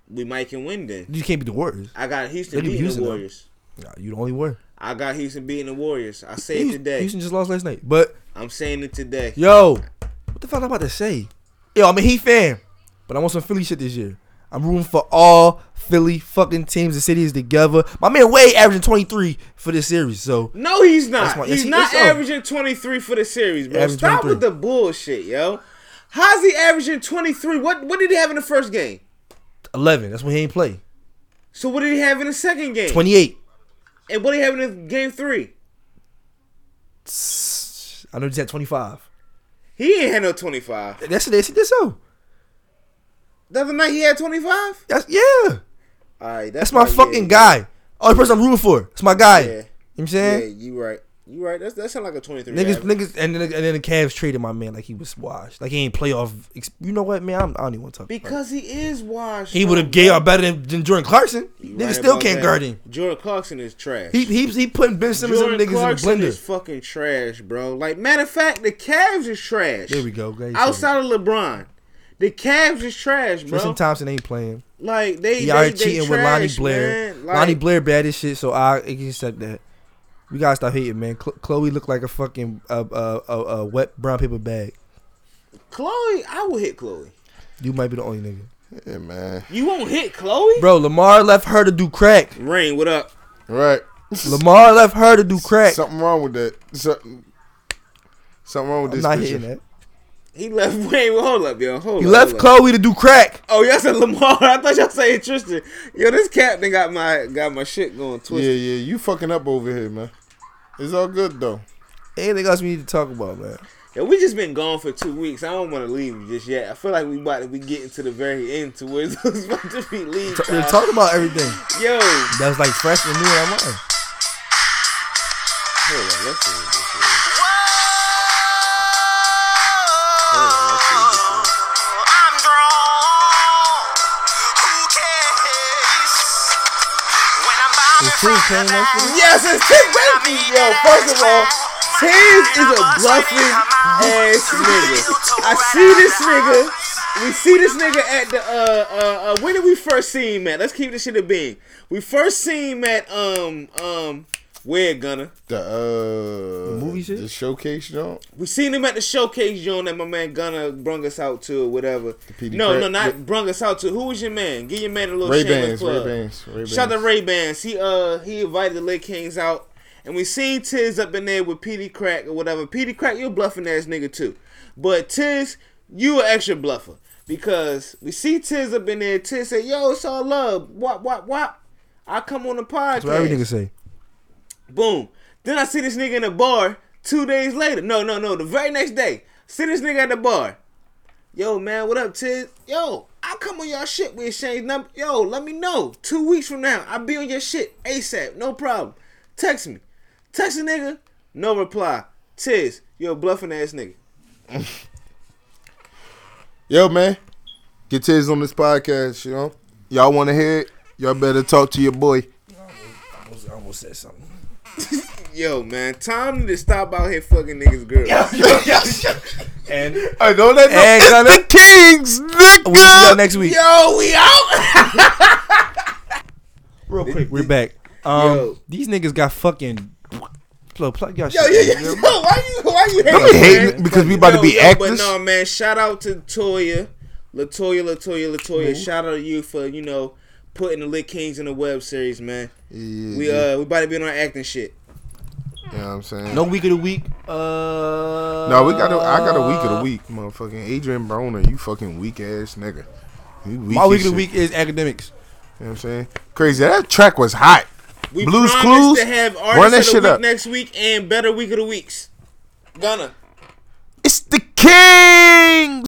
F: We might can win then.
H: You can't beat the Warriors.
F: I got Houston
H: They can beat
F: beating
H: Houston,
F: the
H: though.
F: Warriors.
H: Nah, you the only one.
F: I got Houston beating the Warriors. I say it
H: Houston,
F: today.
H: Houston just lost last night. But
F: I'm saying it today.
H: yo, what the fuck I'm about to say? Yo, I'm a Heat fan, but I want some Philly shit this year. I'm rooting for all Philly fucking teams and cities together. My man Wade averaging 23 for this series, so
F: No, he's not.
H: That's my-
F: he's
H: yes, he
F: not
H: is, yo.
F: averaging 23 for the series, bro.
H: Averaging
F: Stop
H: 23.
F: with the bullshit, yo. How's he averaging 23? What what did he have in the first game?
H: 11. That's when he ain't play.
F: So what did he have in the second game?
H: 28.
F: And what did he have in the game 3?
H: I know he's at 25.
F: He ain't had no 25.
H: That's it. That's it. That's so.
F: The other night he had 25?
H: That's yeah.
F: All right, that's,
H: That's my
F: why,
H: fucking
F: yeah,
H: guy. Oh, the person I'm rooting for. It's my guy.
F: Yeah.
H: You know what I'm
F: Yeah,
H: saying?
F: you right. You right. That's that sound like a 23.
H: Eh? Niggas,
F: average.
H: niggas, eh. and then, and then the Cavs traded my man like he was washed, like he ain't playoff. ex- You know what, man? I'm, I don't even want to talk. about it.
F: because he is washed.
H: he
F: bro.
H: would have gave out better than, than Jordan Clarkson.
F: You
H: Niggas
F: right
H: still
F: about
H: can't
F: that.
H: guard him.
F: Jordan Clarkson is trash.
H: He he he putting Ben Simmons and
F: Jordan
H: them niggas
F: Clarkson
H: in the blender.
F: is fucking trash, bro. Like matter of fact, the Cavs is trash.
H: There we go. Glad you said
F: Outside of LeBron, the Cavs is trash, bro.
H: Tristan Thompson ain't playing.
F: Like they,
H: He
F: they,
H: already
F: they
H: cheating
F: trash,
H: with Lonnie Blair.
F: Man. Like,
H: Lonnie Blair bad as shit, so I can accept that. We gotta stop hating, man. Chlo- Chloe looked like a fucking uh, uh, uh, uh, wet brown paper bag.
F: Chloe, I will hit Chloe.
H: You might be the only nigga,
J: Yeah, man.
F: You won't hit Chloe.
H: bro. Lamar left her to do crack.
F: Rain, what up?
J: Right.
H: Lamar left her to
F: [laughs]
H: do crack.
J: Something wrong with that. Something. Something wrong with
H: I'm
J: this.
H: not
J: picture.
H: hitting that.
F: He left [laughs] Wayne. Well, hold up, yo. Hold
H: He
F: up,
H: left
F: hold up.
H: Chloe to do crack.
F: Oh, y'all said Lamar. [laughs] I thought y'all said Tristan. Yo, this captain got my got my shit going
J: Yeah,
F: twisted.
J: yeah. You fucking up over here, man. It's all good though.
H: Anything else we need to talk about, man?
F: Yo, we just been gone for two weeks. I don't want to leave just yet. I feel like we about to be getting to the very end to where [laughs] it's about to be leave.
H: T- we
F: time.
H: talked about everything
F: Yo, hold
H: that was like fresh and new in our mind.
F: on, let's see what this is. Hold on, let's see what this is.
H: The truth came up with it.
F: Yes, it's Tim Baby. Yo, first of all, Tiz is a bluffing ass nigga. I see this nigga. We see this nigga at the uh uh, uh when did we first see him at? Let's keep this shit a being. We first seen him at um um where Gunner.
J: The uh
H: The movie shit?
J: the showcase, you know.
F: We seen him at the showcase joint that my man Gunner brung us out to or whatever.
J: PD
F: No,
J: Craig-
F: no, not brung us out to. Who was your man? Give your man a little
J: Ray
F: shameless
J: Bans,
F: plug.
J: Ray Bans, Ray Bans.
F: Shout out to Ray Bans. He uh he invited the Lit Kings out, and we seen Tiz up in there with PD Crack or whatever. PD Crack, you a bluffing ass nigga too, but Tiz, you an extra bluffer because we see Tiz up in there. Tiz said, "Yo, it's all love. Wop wop wop. I come on the podcast.
H: That's what every nigga say.
F: Boom. Then I see this nigga in the bar two days later. No, no, no. The very next day. See this nigga at the bar. Yo, man, what up, Tiz? Yo, I come on y'all shit. We exchange number. Yo, let me know. Two weeks from now, I'll be on your shit ASAP. No problem. Text me. Text a nigga. No reply. Tiz, you a bluffing ass nigga.
J: Yo, man, get Tiz on this podcast. You know, y'all want to hear it? Y'all better talk to your boy.
H: I almost, I almost said something.
F: Yo, man, time to stop out here fucking niggas' girls.
H: And
J: I know that.
H: And
J: it's
H: Gunna-
J: the
F: [laughs]
J: Kings, nigga.
H: we'll see y'all next week.
F: Yo, we out.
H: [laughs] Real quick, we're back. Um,
F: Yo.
H: these niggas got fucking. Plug, plug y'all
F: Yo,
H: shit.
F: yo, yo, yo, [laughs] why you, why you hating?
J: Don't be hating
F: man?
J: because we about to be
F: yo,
J: actors.
F: But no, man, shout out to Toya. Latoya, Latoya, Latoya.
I: Mhm.
F: Shout out to you for you know putting the Lit Kings in the web series, man.
I: Yeah,
F: we
I: yeah.
F: uh we about to be on our acting shit.
I: You know what I'm saying?
H: No week of the week. Uh,
I: No, we got. A, I got a week of the week, motherfucking Adrian Broner. You fucking weak ass nigga. You weak
H: My
I: as
H: week of the
I: shit.
H: week is academics.
I: You know what I'm saying? Crazy. That track was hot.
F: We
I: Blues
F: promise
I: Clues.
F: to have
I: Run that
F: artists of
I: shit
F: the week
I: up.
F: next week and better week of the weeks. Gonna.
I: King.